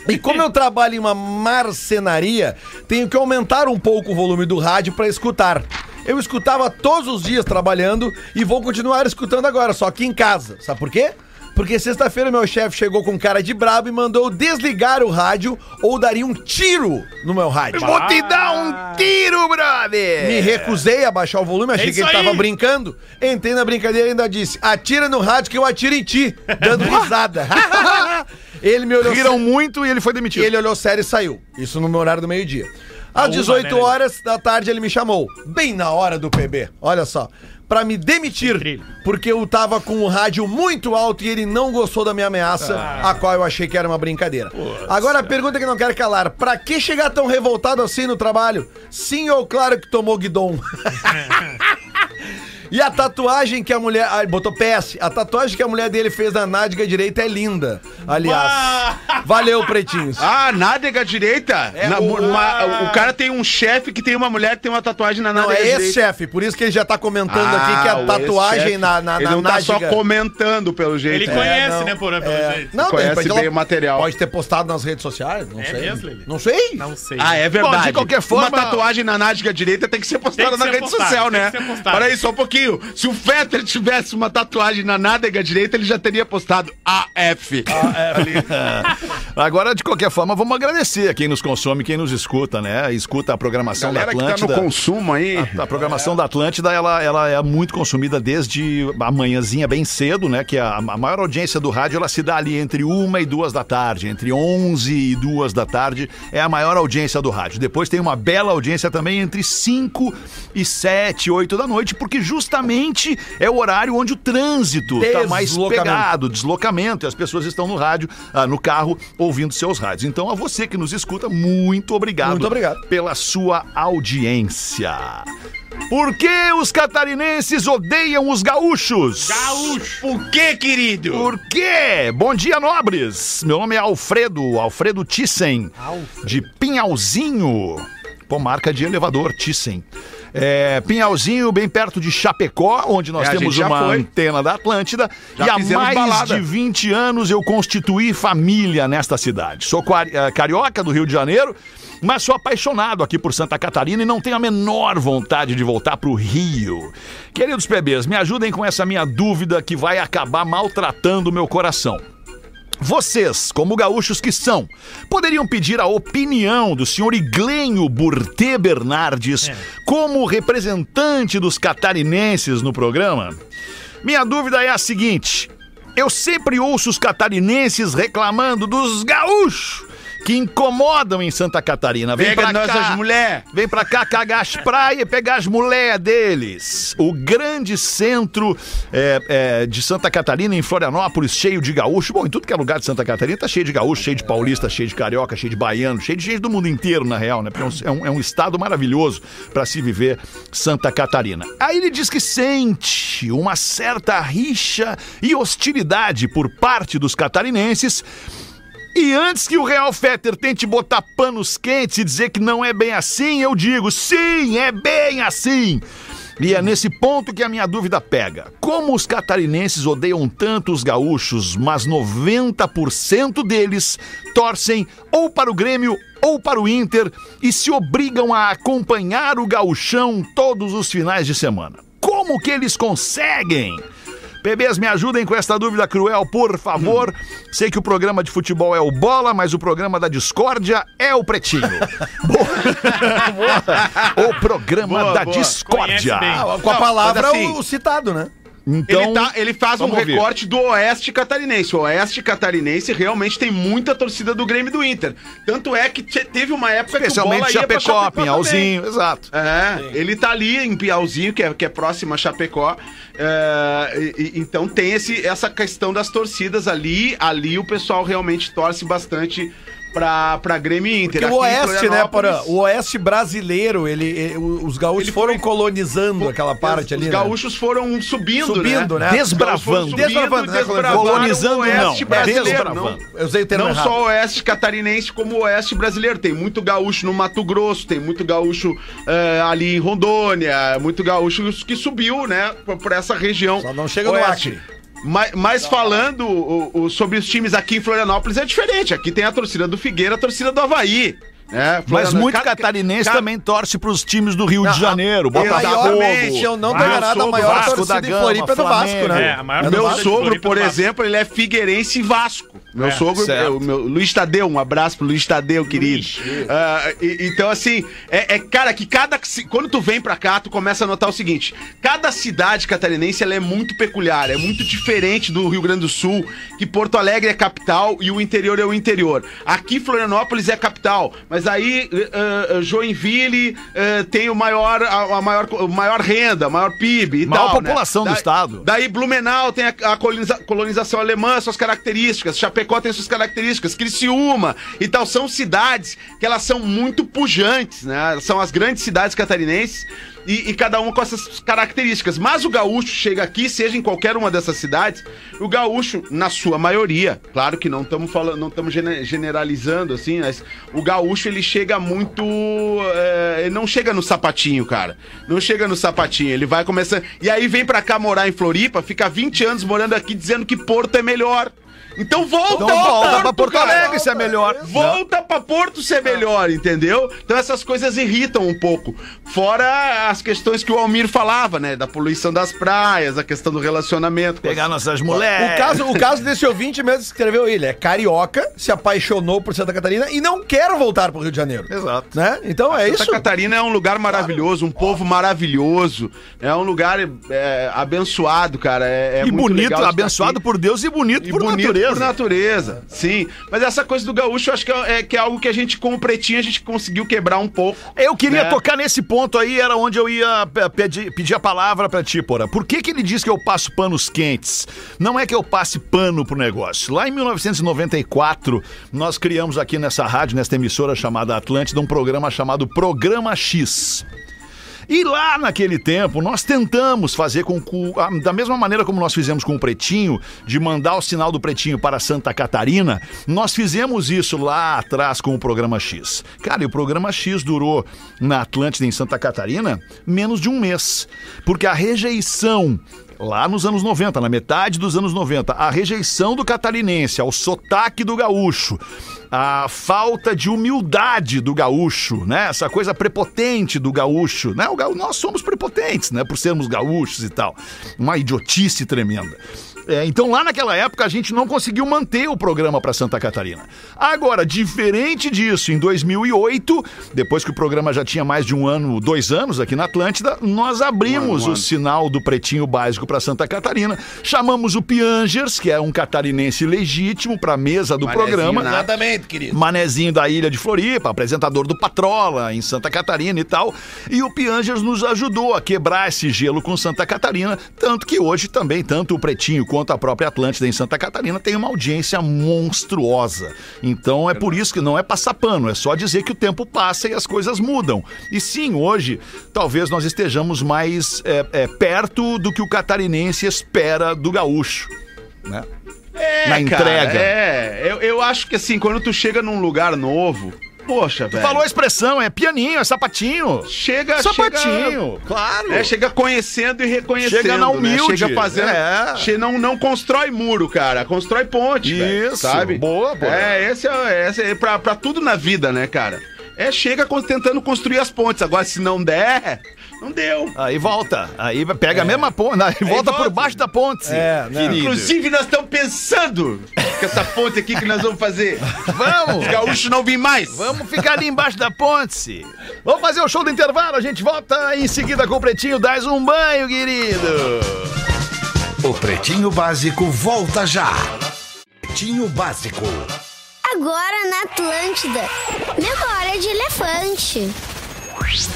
Speaker 5: E como eu trabalho em uma marcenaria, tenho que aumentar um pouco o volume do rádio para escutar. Eu escutava todos os dias trabalhando e vou continuar escutando agora, só que em casa. Sabe por quê? Porque sexta-feira meu chefe chegou com cara de brabo e mandou eu desligar o rádio ou daria um tiro no meu rádio.
Speaker 2: Vou te dar um tiro, brother!
Speaker 5: Me recusei a baixar o volume, achei
Speaker 8: É
Speaker 5: que ele
Speaker 8: isso
Speaker 5: tava
Speaker 8: aí.
Speaker 5: brincando. Entrei na brincadeira e ainda disse: atira no rádio que eu atiro em ti, dando risada. ele me olhou
Speaker 2: Riram muito e ele foi demitido.
Speaker 5: ele olhou sério e saiu. Isso no meu horário do meio-dia.
Speaker 8: A
Speaker 5: Às
Speaker 8: uma,
Speaker 5: 18
Speaker 8: né,
Speaker 5: horas da tarde ele me chamou, bem na hora do PB. Olha só, Pra me demitir,
Speaker 8: Incrível.
Speaker 5: porque eu tava com o rádio muito alto e ele não gostou da minha ameaça,
Speaker 8: Ah.
Speaker 5: a qual eu achei que era uma brincadeira. Agora a pergunta que eu não quero calar, pra que chegar tão revoltado assim no trabalho? Sim ou claro que tomou guidon? E a tatuagem que a mulher. Ah, ele botou PS. A tatuagem que a mulher dele fez na nádega direita é linda. Aliás. Valeu, pretinhos.
Speaker 6: Ah, nádega direita? Na-
Speaker 5: o-
Speaker 6: uma- É o cara tem um chefe que tem uma mulher que tem uma tatuagem na
Speaker 5: Não,
Speaker 6: nádega
Speaker 5: é esse
Speaker 6: direita.
Speaker 5: chefe, por isso que ele já tá comentando aqui que
Speaker 6: Ah,
Speaker 5: a
Speaker 6: o
Speaker 5: tatuagem
Speaker 6: ex-chefe.
Speaker 5: na, na,
Speaker 6: Ele
Speaker 5: na
Speaker 6: não tá só
Speaker 5: nádega-
Speaker 6: comentando, pelo jeito.
Speaker 8: Ele
Speaker 2: É,
Speaker 6: né?
Speaker 8: conhece,
Speaker 5: não,
Speaker 8: né, Porã, pelo
Speaker 5: é,
Speaker 8: jeito.
Speaker 5: Não, de
Speaker 6: Conhece
Speaker 5: repente
Speaker 6: bem
Speaker 5: ela
Speaker 6: o material.
Speaker 5: Pode ter postado nas redes sociais, não
Speaker 8: É
Speaker 5: sei.
Speaker 8: mesmo, Lele?
Speaker 5: Não sei.
Speaker 8: Não sei.
Speaker 6: Ah, é verdade.
Speaker 2: Bom, de qualquer forma-
Speaker 6: Uma tatuagem na nádega direita tem que ser postada
Speaker 8: Tem
Speaker 6: na
Speaker 8: que ser
Speaker 6: rede
Speaker 8: postada,
Speaker 6: social,
Speaker 8: tem
Speaker 6: né?
Speaker 8: que ser postada.
Speaker 6: Para aí, só um pouquinho. Se o Fetter tivesse uma tatuagem na nádega direita, ele já teria postado AF.
Speaker 2: Agora, de qualquer forma, vamos agradecer a quem nos consome, quem nos escuta, né? Escuta a programação da
Speaker 6: Galera que tá no
Speaker 2: Atlântida. Ah,
Speaker 6: consumo aí.
Speaker 2: A programação da Atlântida, ela, ela é muito consumida desde a manhãzinha bem cedo, né? Que a, a maior audiência do rádio, ela se dá ali entre uma e duas da tarde. Entre 11 e duas da tarde é a maior audiência do rádio. Depois tem uma bela audiência também entre 5 e 7, 8 da noite, porque justamente é o horário onde o trânsito tá mais
Speaker 5: Deslocamento.
Speaker 2: pegado, deslocamento, e as pessoas estão no rádio, ah, no carro, ouvindo seus rádios. Então, a você que nos escuta, muito obrigado
Speaker 5: Muito obrigado.
Speaker 2: pela sua audiência. Por que os catarinenses odeiam os gaúchos?
Speaker 8: Gaúcho.
Speaker 6: Por que, querido?
Speaker 2: Por quê? Bom dia, nobres. Meu nome é Alfredo, Alfredo Thyssen, de Pinhalzinho. Pô, marca de elevador, Thyssen. É, Pinhalzinho, bem perto de Chapecó, onde nós
Speaker 6: É, a
Speaker 2: temos
Speaker 6: gente já
Speaker 2: uma
Speaker 6: foi.
Speaker 2: antena da Atlântida.
Speaker 6: Já
Speaker 2: e há
Speaker 6: fizemos
Speaker 2: mais
Speaker 6: balada.
Speaker 2: de 20 anos eu constituí família nesta cidade. Sou quari- eh, carioca do Rio de Janeiro, mas sou apaixonado aqui por Santa Catarina e não tenho a menor vontade de voltar para o Rio. Queridos bebês, me ajudem com essa minha dúvida que vai acabar maltratando o meu coração. Vocês, como gaúchos que são, poderiam pedir a opinião do senhor Iglenho Burtê Bernardes como representante dos catarinenses no programa? Minha dúvida é a seguinte: eu sempre ouço os catarinenses reclamando dos gaúchos que incomodam em Santa Catarina. Vem,
Speaker 6: Vem pra nós
Speaker 2: cá.
Speaker 6: as mulher.
Speaker 2: Vem pra cá cagar as praias e pegar as mulher deles. O grande centro é, é, de Santa Catarina, em Florianópolis, cheio de gaúcho. Bom, em tudo que é lugar de Santa Catarina tá cheio de gaúcho, cheio de paulista, cheio de carioca, cheio de baiano, cheio de gente do mundo inteiro, na real, né? Porque é um- é um, é um estado maravilhoso pra se viver Santa Catarina. Aí ele diz que sente uma certa rixa e hostilidade por parte dos catarinenses e antes que o Real Fetter tente botar panos quentes e dizer que não é bem assim, eu digo sim, é bem assim. E é nesse ponto que a minha dúvida pega. Como os catarinenses odeiam tanto os gaúchos, mas 90% deles torcem ou para o Grêmio ou para o Inter e se obrigam a acompanhar o gauchão todos os finais de semana. Como que eles conseguem? PBs, me ajudem com esta dúvida cruel, por favor. Sei que o programa de futebol é o Bola, mas o programa da discórdia é o Pretinho. Boa. o programa
Speaker 6: Boa,
Speaker 2: da
Speaker 6: boa.
Speaker 2: discórdia.
Speaker 8: Conhece bem.
Speaker 5: Ah, com a
Speaker 6: Não,
Speaker 5: palavra
Speaker 6: mas assim-
Speaker 5: o citado, né?
Speaker 2: Então,
Speaker 6: ele, tá- ele faz um
Speaker 2: vamos ouvir.
Speaker 6: recorte do Oeste Catarinense. O Oeste Catarinense realmente tem muita torcida do Grêmio e do Inter. Tanto é que te- teve uma época
Speaker 2: especialmente
Speaker 6: que o Bola ia pra
Speaker 2: Chapecó,
Speaker 6: Chapecó também.
Speaker 2: Pinhalzinho, exato.
Speaker 6: É, ele tá ali em Piauzinho, que é, que é próximo a Chapecó. É, e- e- então tem esse, essa questão das torcidas ali. Ali o pessoal realmente torce bastante pra, pra Grêmio e Inter.
Speaker 5: Porque o
Speaker 6: Aqui em
Speaker 5: Oeste, né,
Speaker 6: Florianópolis,
Speaker 5: Porã? O Oeste brasileiro, ele, ele- os gaúchos
Speaker 6: Ele
Speaker 5: foram
Speaker 6: foi-
Speaker 5: colonizando aquela parte
Speaker 6: os,
Speaker 5: ali,
Speaker 6: Os
Speaker 5: né?
Speaker 6: gaúchos foram subindo,
Speaker 5: Subindo, né?
Speaker 6: né?
Speaker 2: Desbravando.
Speaker 5: Desbravando,
Speaker 6: Desbravando,
Speaker 5: né, É
Speaker 6: desbravando.
Speaker 2: Colonizando,
Speaker 6: o
Speaker 2: não.
Speaker 6: Oeste brasileiro.
Speaker 2: Desbravando.
Speaker 6: não-
Speaker 5: Eu usei o termo
Speaker 6: Não
Speaker 5: errado.
Speaker 6: só o oeste catarinense, como o oeste brasileiro. Tem muito gaúcho no Mato Grosso, tem muito gaúcho eh, ali em Rondônia, muito gaúcho que subiu, né, por, por essa região.
Speaker 5: Só não chega no Acre.
Speaker 6: Mas, mas falando o- o- sobre os times aqui em Florianópolis é diferente. Aqui tem a torcida do Figueira, a torcida do Havaí. Né?
Speaker 2: Mas
Speaker 6: Florianó-
Speaker 2: muito
Speaker 6: Cada-
Speaker 2: catarinense
Speaker 6: cada-
Speaker 2: também torce para os times do Rio de Janeiro,
Speaker 5: A maior, mente, eu
Speaker 2: Botafogo.
Speaker 5: não
Speaker 8: Ah,
Speaker 5: tenho nada, a
Speaker 8: sou do
Speaker 5: maior
Speaker 2: Vasco da
Speaker 5: torcida em
Speaker 2: Gama,
Speaker 5: Floripa é do Vasco,
Speaker 2: Flamengo.
Speaker 5: né?
Speaker 8: É, a maior
Speaker 5: É do
Speaker 6: Meu
Speaker 8: Vasco,
Speaker 6: sogro,
Speaker 8: Floripa
Speaker 6: por
Speaker 8: do Vasco.
Speaker 6: exemplo, ele é figueirense e Vasco. Meu
Speaker 8: É,
Speaker 6: sogro,
Speaker 2: certo.
Speaker 6: é o meu, Luiz Tadeu, um abraço pro Luiz Tadeu, querido. Ah, e- então, assim, é, é, cara que cada. ci- Quando tu vem pra cá, tu começa a notar o seguinte: cada cidade catarinense ela é muito peculiar, é muito diferente do Rio Grande do Sul, que Porto Alegre é capital e o interior é o interior. Aqui, Florianópolis é capital, mas aí ah, ah, Joinville ah, tem o maior, a, a maior, co- maior renda, maior PIB e
Speaker 2: Maior
Speaker 6: tal. né?
Speaker 2: população do
Speaker 6: Da-
Speaker 2: estado.
Speaker 6: Daí Blumenau tem a, a coloniza- colonização alemã, suas características. Chapecó tem suas características. Criciúma e tal. São cidades que elas são muito pujantes, né? São as grandes cidades catarinenses e, e cada uma com essas características. Mas o gaúcho chega aqui, seja em qualquer uma dessas cidades, o gaúcho, na sua maioria, claro que não estamos falando, não estamos generalizando assim, mas o gaúcho ele chega muito. eh, ele não chega no sapatinho, cara. Não chega no sapatinho. Ele vai começando. E aí vem pra cá morar em Floripa, fica 20 anos morando aqui dizendo que Porto é melhor. Então volta,
Speaker 2: Então volta pra Porto
Speaker 6: cara.
Speaker 2: Alegre, se é melhor.
Speaker 6: Volta pra Porto ser melhor, entendeu? Então essas coisas irritam um pouco. Fora as questões que o Almir falava, né? Da poluição das praias, a questão do relacionamento. com as-
Speaker 2: Pegar nossas
Speaker 6: é.
Speaker 2: mulheres.
Speaker 5: O caso, o caso desse ouvinte mesmo que escreveu ele é carioca, se apaixonou por Santa Catarina e não quer voltar pro Rio de Janeiro.
Speaker 2: Exato.
Speaker 5: Né? Então é
Speaker 6: Santa
Speaker 5: isso.
Speaker 6: Catarina é um lugar maravilhoso, um povo maravilhoso. É um lugar é, abençoado, cara. É, é
Speaker 2: E
Speaker 6: muito
Speaker 2: bonito,
Speaker 6: legal estar
Speaker 2: abençoado
Speaker 6: aqui.
Speaker 2: por Deus e bonito
Speaker 6: E
Speaker 2: por
Speaker 6: bonito
Speaker 2: natureza.
Speaker 6: por natureza, sim. Mas essa coisa do gaúcho, eu acho que é, é- que é algo que a gente, com o pretinho, a gente conseguiu quebrar um pouco.
Speaker 2: Eu queria
Speaker 6: né?
Speaker 2: tocar nesse ponto aí, era onde eu ia pe- pedir, pedir a palavra pra ti, Porã. Por que, que ele diz que eu passo panos quentes? Não é que eu passe pano pro negócio. Lá em 1994, nós criamos aqui nessa rádio, nesta emissora chamada Atlântida, um programa chamado Programa X. E lá naquele tempo, nós tentamos fazer com que, ah, da mesma maneira como nós fizemos com o Pretinho, de mandar o sinal do Pretinho para Santa Catarina, nós fizemos isso lá atrás com o Programa X. Cara, e o Programa X durou na Atlântida, em Santa Catarina, menos de um mês. Porque a rejeição lá nos anos 90, na metade dos anos 90, a rejeição do catarinense ao sotaque do gaúcho, a falta de humildade do gaúcho, né? Essa coisa prepotente do gaúcho, né? O gaú- Nós somos prepotentes, né? Por sermos gaúchos e tal. Uma idiotice tremenda. É, então lá naquela época a gente não conseguiu manter o programa para Santa Catarina. Agora, diferente disso, em 2008, depois que o programa já tinha mais de um ano, dois anos aqui na Atlântida, nós abrimos o sinal do Pretinho Básico para Santa Catarina, chamamos o Piangers, que é um catarinense legítimo, para mesa do
Speaker 6: Manezinho
Speaker 2: programa.
Speaker 6: nato.
Speaker 5: Exatamente, querido.
Speaker 2: Manezinho da Ilha de Floripa, apresentador do Patrola em Santa Catarina e tal. E o Piangers nos ajudou a quebrar esse gelo com Santa Catarina, tanto que hoje também, tanto o Pretinho quanto a própria Atlântida em Santa Catarina tem uma audiência monstruosa. Então é por isso que não é passar pano, é só dizer que o tempo passa e as coisas mudam. E sim, hoje, talvez nós estejamos mais é, é, perto do que o catarinense espera do gaúcho. Né?
Speaker 6: É,
Speaker 2: Na entrega.
Speaker 6: É, eu, eu acho que assim, quando tu chega num lugar novo, poxa, velho.
Speaker 2: Falou a expressão, é pianinho, é sapatinho.
Speaker 6: Chega,
Speaker 2: Sapatinho,
Speaker 6: Chega, é, chega conhecendo e reconhecendo.
Speaker 2: Chega na
Speaker 6: né?
Speaker 2: humilde.
Speaker 6: Chega fazendo.
Speaker 2: É.
Speaker 6: Che- não, não constrói muro, cara. Constrói ponte. velho,
Speaker 2: Isso,
Speaker 6: sabe?
Speaker 2: boa, boa.
Speaker 6: É, esse é. Esse é pra, pra tudo na vida, né, cara? É, chega con- tentando construir as pontes. Agora, se não der, não deu.
Speaker 2: Aí volta. Aí pega a mesma ponte. É. Aí volta por
Speaker 6: volta.
Speaker 2: baixo da ponte.
Speaker 5: É,
Speaker 2: Ah,
Speaker 5: né?
Speaker 6: Inclusive, nós estamos pensando que essa ponte aqui que nós vamos fazer.
Speaker 2: Vamos!
Speaker 6: Os gaúchos não vêm mais.
Speaker 2: Vamos ficar ali embaixo da ponte. Vamos fazer o show do intervalo, a gente volta em seguida com o Pretinho. Dá um banho, querido.
Speaker 9: O Pretinho Básico volta já. Pretinho Básico.
Speaker 10: Agora na Atlântida. Memória de elefante.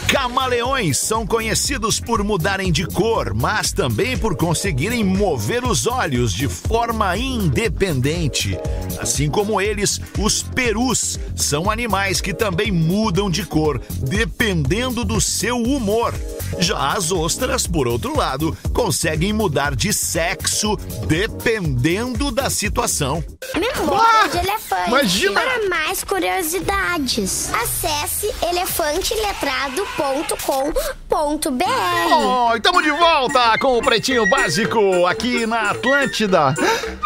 Speaker 2: Camaleões são conhecidos por mudarem de cor, mas também por conseguirem mover os olhos de forma independente. Assim como eles, os perus são animais que também mudam de cor, dependendo do seu humor. Já as ostras, por outro lado, conseguem mudar de sexo dependendo da situação.
Speaker 10: Memória de elefante.
Speaker 2: imagina!
Speaker 10: Para mais curiosidades, acesse elefanteletrado.com.br.
Speaker 2: Bom, estamos de volta com o Pretinho Básico aqui na Atlântida,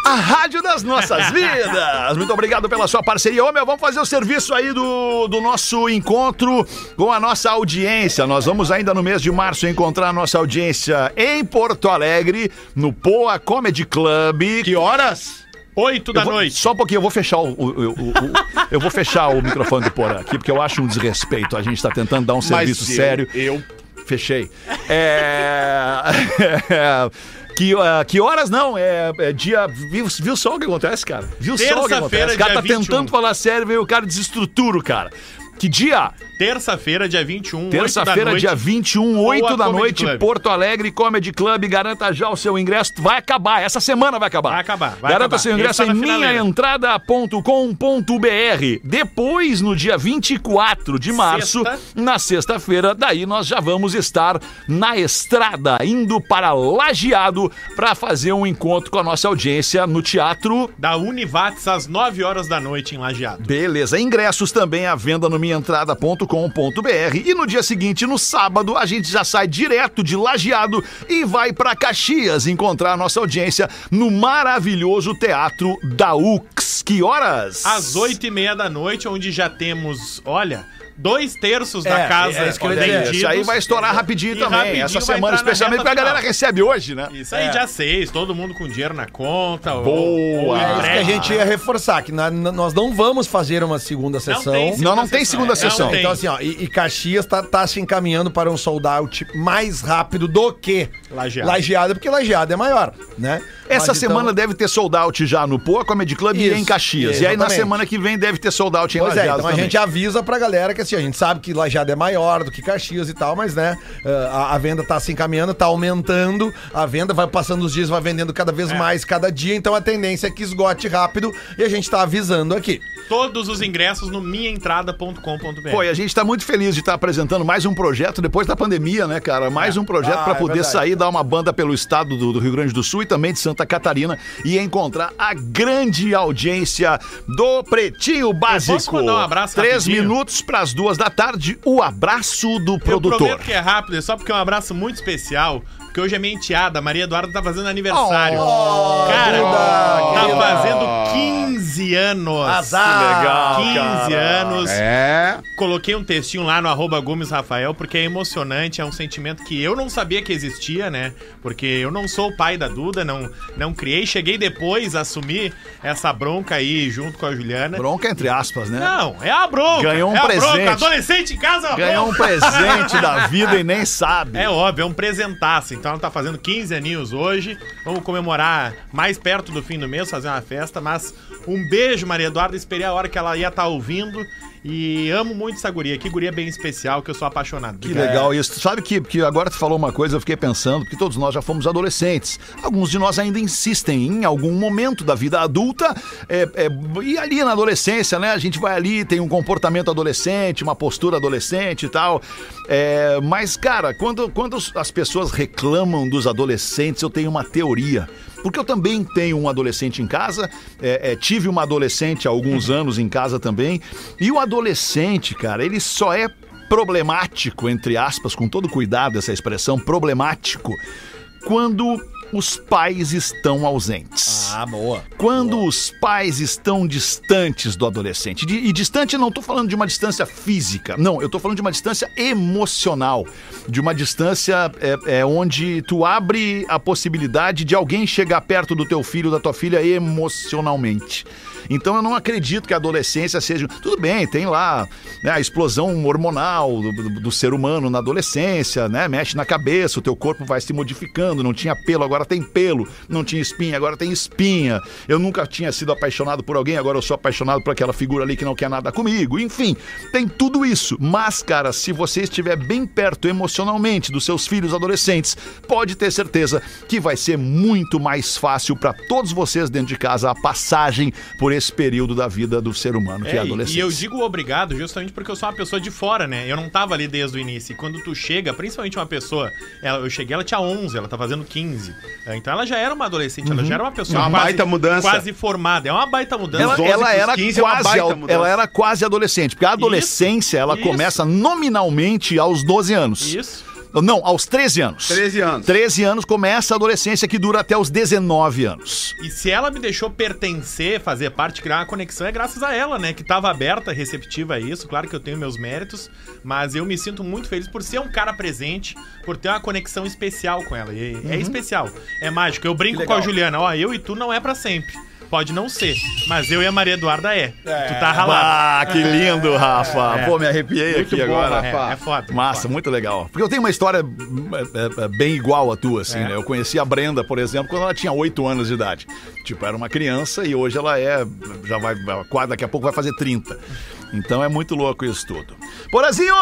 Speaker 2: a rádio das nossas vidas. Muito obrigado pela sua parceria. Ô, meu, vamos fazer o serviço aí do, do nosso encontro com a nossa audiência. Nós vamos ainda no mês de março encontrar a nossa audiência em Porto Alegre, no Poa Comedy Club.
Speaker 6: Que horas?
Speaker 8: Oito da
Speaker 2: Eu vou-
Speaker 8: noite.
Speaker 2: Só um pouquinho, eu vou fechar o, o- o- o- o- eu vou fechar o microfone do Porã aqui, porque eu acho um desrespeito. A gente está tentando dar um serviço
Speaker 6: eu-
Speaker 2: sério.
Speaker 6: Eu
Speaker 2: Fechei. É... que, ah, que horas não? É, é dia. Viu, viu só o que acontece, cara? Viu só o que
Speaker 8: Terça-feira,
Speaker 2: acontece? O cara tá
Speaker 8: dia 21.
Speaker 2: tentando falar sério, veio o cara desestrutura, o cara. Que dia?
Speaker 8: Terça-feira, dia 21, oito da
Speaker 2: Terça-feira,
Speaker 8: noite.
Speaker 2: dia 21, 8 da
Speaker 8: Comedy
Speaker 2: noite,
Speaker 8: Club.
Speaker 2: Porto Alegre, Comedy Club. Garanta já o seu ingresso. Vai acabar, essa semana vai acabar.
Speaker 8: Vai acabar, vai
Speaker 2: Garanta
Speaker 8: acabar.
Speaker 2: seu
Speaker 8: Ele
Speaker 2: ingresso
Speaker 8: tá
Speaker 2: em
Speaker 8: na finaleira.
Speaker 2: minhaentrada.com.br. Depois, no dia 24 de março,
Speaker 8: Sexta.
Speaker 2: na sexta-feira, daí nós já vamos estar na estrada, indo para Lajeado, para fazer um encontro com a nossa audiência no Teatro
Speaker 8: Da Univates às 9 horas da noite em Lajeado.
Speaker 2: Beleza, ingressos também à venda no minhaentrada.com.br e no dia seguinte, no sábado, a gente já sai direto de Lajeado e vai para Caxias encontrar a nossa audiência no maravilhoso Teatro da UX. Que horas?
Speaker 8: Às 8 e meia da noite, onde já temos, olha, dois terços da
Speaker 5: É,
Speaker 8: casa
Speaker 5: é isso que eu ia dizer.
Speaker 8: vendidos.
Speaker 2: Isso aí vai estourar rapidinho
Speaker 8: E
Speaker 2: também,
Speaker 8: rapidinho
Speaker 2: essa
Speaker 8: vai
Speaker 2: semana,
Speaker 8: entrar na
Speaker 2: especialmente
Speaker 8: reta
Speaker 2: porque a galera
Speaker 8: final.
Speaker 2: recebe hoje, né?
Speaker 8: Isso aí, dia 6, todo mundo com dinheiro na conta. ou-
Speaker 2: Boa!
Speaker 8: ou
Speaker 5: É isso que a
Speaker 8: entrega.
Speaker 5: gente ia reforçar, que na- na- nós não vamos fazer uma segunda
Speaker 8: Não
Speaker 5: sessão.
Speaker 8: tem
Speaker 2: Não, não tem segunda sessão.
Speaker 8: Não tem.
Speaker 5: Então, assim, ó, e, e Caxias tá, tá se encaminhando para um sold out mais rápido do que
Speaker 8: Lajeado.
Speaker 5: porque Lajeado é maior, né?
Speaker 2: Essa
Speaker 5: Mas, então,
Speaker 2: semana deve ter sold out já no Poa Comedy Club e
Speaker 5: Isso,
Speaker 2: em Caxias. E aí na
Speaker 5: exatamente.
Speaker 2: semana que vem deve ter sold out em
Speaker 5: Pois é,
Speaker 2: Lajeado
Speaker 5: então a
Speaker 2: também.
Speaker 5: gente avisa pra galera que assim, a gente sabe que Lajeado é maior do que Caxias e tal, mas né, a, a venda tá se encaminhando, tá aumentando, a venda vai passando os dias, vai vendendo cada
Speaker 8: É.
Speaker 5: vez mais cada dia, então a tendência é que esgote rápido e a gente tá avisando aqui.
Speaker 8: Todos os ingressos no minhaentrada.com.br.
Speaker 2: Pô, e a gente tá muito feliz de estar apresentando mais um projeto depois da pandemia, né, cara? Mais um projeto
Speaker 5: Ah,
Speaker 2: pra para
Speaker 5: é
Speaker 2: poder
Speaker 5: verdade.
Speaker 2: sair, dar uma banda pelo estado do, do Rio Grande do Sul e também de Santa Catarina e encontrar a grande audiência do Pretinho Básico.
Speaker 8: mandar um abraço
Speaker 2: Três
Speaker 8: rapidinho?
Speaker 2: minutos pras duas da tarde, o abraço do
Speaker 8: Eu
Speaker 2: produtor.
Speaker 8: prometo que é rápido, é só porque é um abraço muito especial. Porque porque hoje é minha enteada. a Maria Eduarda tá fazendo aniversário. cara, tá
Speaker 5: Oh, querida.
Speaker 8: fazendo 15 anos.
Speaker 5: Azar.
Speaker 8: Que legal, 15 anos.
Speaker 6: É.
Speaker 8: Coloquei um textinho lá no arroba Gomes Rafael, porque é emocionante, é um sentimento que eu não sabia que existia, né? Porque eu não sou o pai da Duda, não, não criei, cheguei depois a assumir essa bronca aí junto com a Juliana.
Speaker 2: Bronca entre aspas, né?
Speaker 8: Não, é a bronca.
Speaker 2: Ganhou um
Speaker 8: é a
Speaker 2: presente.
Speaker 8: Bronca. Adolescente em casa é uma
Speaker 2: Ganhou um
Speaker 8: bronca.
Speaker 2: presente da vida e nem sabe.
Speaker 8: É óbvio, é um presentaço. Então ela tá fazendo 15 aninhos hoje. Vamos comemorar mais perto do fim do mês, fazer uma festa. Mas um beijo, Maria Eduarda. Esperei a hora que ela ia estar ouvindo. E amo muito essa guria. Que guria bem especial, que eu sou apaixonado.
Speaker 2: Que legal isso. Tu sabe que, que agora tu falou uma coisa, eu fiquei pensando, porque todos nós já fomos adolescentes. Alguns de nós ainda insistem em algum momento da vida adulta. é, é, e ali na adolescência, né? A gente vai ali, tem um comportamento adolescente, uma postura adolescente e tal. É, mas, cara, quando, quando os- as pessoas reclamam dos adolescentes, eu tenho uma teoria. Porque eu também tenho um adolescente em casa, é, é, tive uma adolescente há alguns anos em casa também. E o adolescente, cara, ele só é problemático, entre aspas, com todo cuidado essa expressão, problemático, quando os pais estão ausentes.
Speaker 5: Ah, boa.
Speaker 2: Quando os pais estão distantes do adolescente. Di- E distante não tô falando de uma distância física, não, eu tô falando de uma distância emocional. De uma distância é, é, onde tu abre a possibilidade de alguém chegar perto do teu filho, da tua filha emocionalmente. Então eu não acredito que a adolescência seja. Tudo bem, tem lá né, a explosão hormonal do, do- do ser humano na adolescência, né? Mexe na cabeça, o teu corpo vai se modificando, não tinha pelo, agora tem pelo, não tinha espinha, agora tem espinha. Eu nunca tinha sido apaixonado por alguém, agora eu sou apaixonado por aquela figura ali que não quer nada comigo. Enfim, tem tudo isso. Mas, cara, se você estiver bem perto emocionalmente dos seus filhos adolescentes, pode ter certeza que vai ser muito mais fácil para todos vocês dentro de casa a passagem por esse período da vida do ser humano que é,
Speaker 8: É,
Speaker 2: a
Speaker 8: e-
Speaker 2: adolescência.
Speaker 8: E eu digo obrigado justamente porque eu sou uma pessoa de fora, né? Eu não tava ali desde o início. E quando tu chega, principalmente uma pessoa, ela- eu cheguei, ela tinha 11, ela tá fazendo 15. É, Então ela já era uma adolescente, ela já
Speaker 2: Uhum.
Speaker 8: era uma
Speaker 2: É
Speaker 8: pessoa
Speaker 6: Uma baita mudança.
Speaker 8: quase formada. É uma baita mudança.
Speaker 2: Ela,
Speaker 6: Dos 11
Speaker 2: ela
Speaker 6: pros
Speaker 2: era
Speaker 6: 15 é uma
Speaker 2: quase,
Speaker 6: baita
Speaker 2: al-
Speaker 6: mudança.
Speaker 2: ela era quase adolescente, porque a adolescência ela
Speaker 8: isso.
Speaker 2: começa nominalmente aos 12 anos.
Speaker 8: Isso.
Speaker 2: Não, aos 13 anos.
Speaker 6: 13 anos.
Speaker 2: 13 anos começa a adolescência que dura até os 19 anos.
Speaker 8: E se ela me deixou pertencer, fazer parte, criar uma conexão, é graças a ela, né? Que tava aberta, receptiva a isso. Claro que eu tenho meus méritos, mas eu me sinto muito feliz por ser um cara presente, por ter uma conexão especial com ela. E É especial, é mágico. Eu brinco com a Juliana, ó, eu e tu não é pra sempre. Pode não ser, mas eu e a Maria Eduarda é. Tu tá ralado.
Speaker 2: Ah, que lindo, Rafa. Pô, me arrepiei
Speaker 6: É, Muito
Speaker 2: aqui
Speaker 6: bom,
Speaker 2: agora.
Speaker 6: Rafa.
Speaker 8: É, é foda.
Speaker 2: Massa,
Speaker 8: foda.
Speaker 2: muito legal. Porque eu tenho uma história é, é, é, bem igual à tua, assim,
Speaker 6: É.
Speaker 2: né? Eu conheci a Brenda, por exemplo, quando ela tinha 8 anos de idade. Tipo, era uma criança e hoje ela é. Já vai. quase Daqui a pouco vai fazer 30. Então é muito louco isso tudo. Porazinho!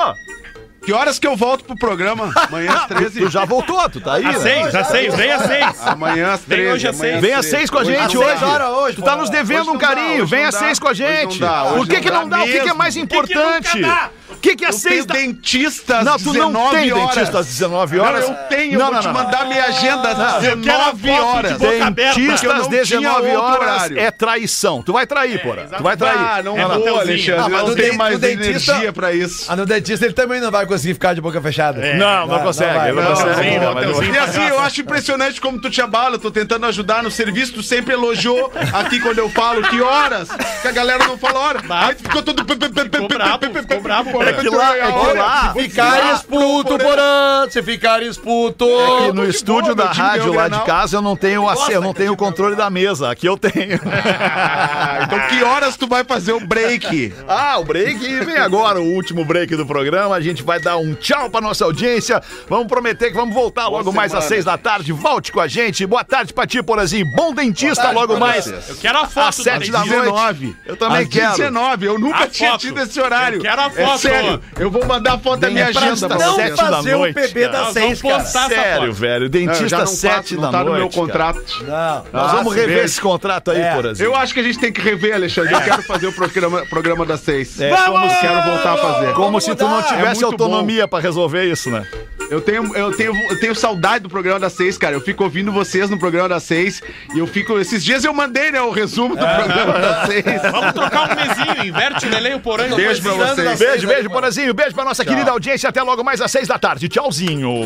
Speaker 6: Que horas que eu volto pro programa? Amanhã às 13.
Speaker 2: Tu já voltou, tu tá aí?
Speaker 8: A
Speaker 2: né?
Speaker 8: seis, a seis, vem a
Speaker 2: Ah,
Speaker 8: seis.
Speaker 6: Amanhã às
Speaker 8: Vem
Speaker 6: 13.
Speaker 8: hoje às
Speaker 6: amanhã
Speaker 8: seis.
Speaker 2: Vem às seis com a
Speaker 6: Às
Speaker 2: gente
Speaker 6: seis
Speaker 2: hoje.
Speaker 6: horas
Speaker 5: hoje,
Speaker 2: tu tá nos devendo
Speaker 6: Hoje
Speaker 2: um
Speaker 6: não dá,
Speaker 2: carinho.
Speaker 6: hoje
Speaker 2: Vem
Speaker 6: não
Speaker 2: às
Speaker 6: dá,
Speaker 2: seis com a
Speaker 6: hoje não
Speaker 2: gente.
Speaker 6: dá, hoje
Speaker 2: Por que
Speaker 6: não
Speaker 2: que
Speaker 6: dá
Speaker 2: não dá? O que que é
Speaker 6: mesmo.
Speaker 2: mais
Speaker 8: que nunca
Speaker 2: importante?
Speaker 8: dá?
Speaker 2: O que que é
Speaker 6: Eu
Speaker 2: seis
Speaker 6: tenho
Speaker 2: da...
Speaker 6: dentista às
Speaker 2: Não, tu não
Speaker 6: 19
Speaker 2: tem
Speaker 6: horas.
Speaker 2: dentista às 19 horas.
Speaker 6: Não, eu tenho, eu
Speaker 2: Não,
Speaker 6: vou
Speaker 2: não,
Speaker 6: te
Speaker 2: não.
Speaker 6: mandar minha agenda às
Speaker 8: eu quero
Speaker 6: 19
Speaker 8: a foto de
Speaker 6: horas.
Speaker 8: boca aberta.
Speaker 6: Porque eu
Speaker 2: Dentistas
Speaker 6: não
Speaker 2: 19
Speaker 6: tinha outro
Speaker 2: horas
Speaker 6: horário. É,
Speaker 2: é traição. Tu vai trair, porra. Tu vai trair.
Speaker 6: Ah, não
Speaker 8: É
Speaker 6: vou,
Speaker 8: botãozinho.
Speaker 6: Alexandre.
Speaker 5: Ah, mas
Speaker 6: eu
Speaker 5: no
Speaker 6: não tenho
Speaker 5: den-
Speaker 6: mais
Speaker 5: no dentista-
Speaker 6: energia pra isso.
Speaker 5: Ah, no dentista ele também não vai conseguir ficar de boca fechada.
Speaker 8: É,
Speaker 2: ah. Não, não consegue, não consegue,
Speaker 8: não, mas não-
Speaker 6: E assim, eu acho impressionante como tu te abala, eu tô tentando ajudar no serviço, tu sempre elogiou aqui quando eu falo que horas, que a galera não fala hora. Aí tu ficou todo... Ficou
Speaker 8: brabo, ficou brabo, cara.
Speaker 2: É que lá, é que lá.
Speaker 5: Ficar expulto, Porã! Se ficar expulto!
Speaker 8: É
Speaker 2: aqui no estúdio da
Speaker 6: meu time
Speaker 2: rádio
Speaker 6: ganhou o
Speaker 2: lá de
Speaker 6: Grenal.
Speaker 2: casa eu não tenho ac- eu não tenho o controle da mesa. Aqui eu tenho.
Speaker 6: Ah, então que horas tu vai fazer o break?
Speaker 2: Ah, o break e vem agora o último break do programa. A gente vai dar um tchau pra nossa audiência. Vamos prometer que vamos voltar logo mais às
Speaker 6: semana.
Speaker 2: seis da tarde. Volte com a gente. Boa tarde pra ti, Porazinho. Bom dentista logo mais.
Speaker 8: Eu quero a foto
Speaker 2: Às sete
Speaker 8: do
Speaker 2: da
Speaker 8: dentista.
Speaker 2: noite. Eu também
Speaker 6: Às
Speaker 2: quero.
Speaker 6: 19, eu nunca
Speaker 8: A
Speaker 6: tinha
Speaker 8: foto.
Speaker 6: tido esse horário.
Speaker 8: Eu quero a
Speaker 6: É
Speaker 8: foto.
Speaker 6: sério, eu vou mandar a foto da minha
Speaker 2: pra
Speaker 6: agenda pra
Speaker 2: não
Speaker 6: vocês.
Speaker 2: sete da noite,
Speaker 5: Tá
Speaker 8: cara. Nós vamos postar essa
Speaker 2: Sério,
Speaker 8: foto.
Speaker 2: velho.
Speaker 6: Não, eu já
Speaker 2: Dentista
Speaker 6: não faço,
Speaker 2: sete
Speaker 6: não
Speaker 2: da
Speaker 6: tá
Speaker 2: noite.
Speaker 6: no meu
Speaker 2: cara.
Speaker 6: contrato.
Speaker 5: Não.
Speaker 2: Nós vamos
Speaker 6: se
Speaker 2: rever
Speaker 6: vê.
Speaker 2: esse contrato aí, assim
Speaker 5: É.
Speaker 2: Porazinho.
Speaker 6: Eu acho que a gente tem que rever, Alexandre. Eu quero fazer o programa, programa das seis.
Speaker 2: É, como
Speaker 6: Como
Speaker 2: se-
Speaker 6: quero voltar a fazer.
Speaker 2: Como se tu não
Speaker 5: mudar.
Speaker 2: tivesse
Speaker 6: É muito
Speaker 2: autonomia pra resolver isso, né?
Speaker 6: Eu tenho, eu, tenho, eu tenho saudade do programa das seis, cara. Eu fico ouvindo vocês no programa das seis. E eu fico. Esses dias eu mandei, né? O resumo do programa das seis.
Speaker 8: Vamos trocar um mesinho, inverte o Lele e o Porã.
Speaker 6: Beijo pra
Speaker 5: precisando
Speaker 6: vocês.
Speaker 5: das
Speaker 2: Beijo,
Speaker 5: Seis da-
Speaker 2: beijo, Porazinho. Beijo pra nossa querida audiência. Até logo mais às seis da tarde. Tchauzinho.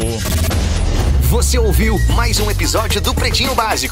Speaker 11: Você ouviu mais um episódio do Pretinho Básico.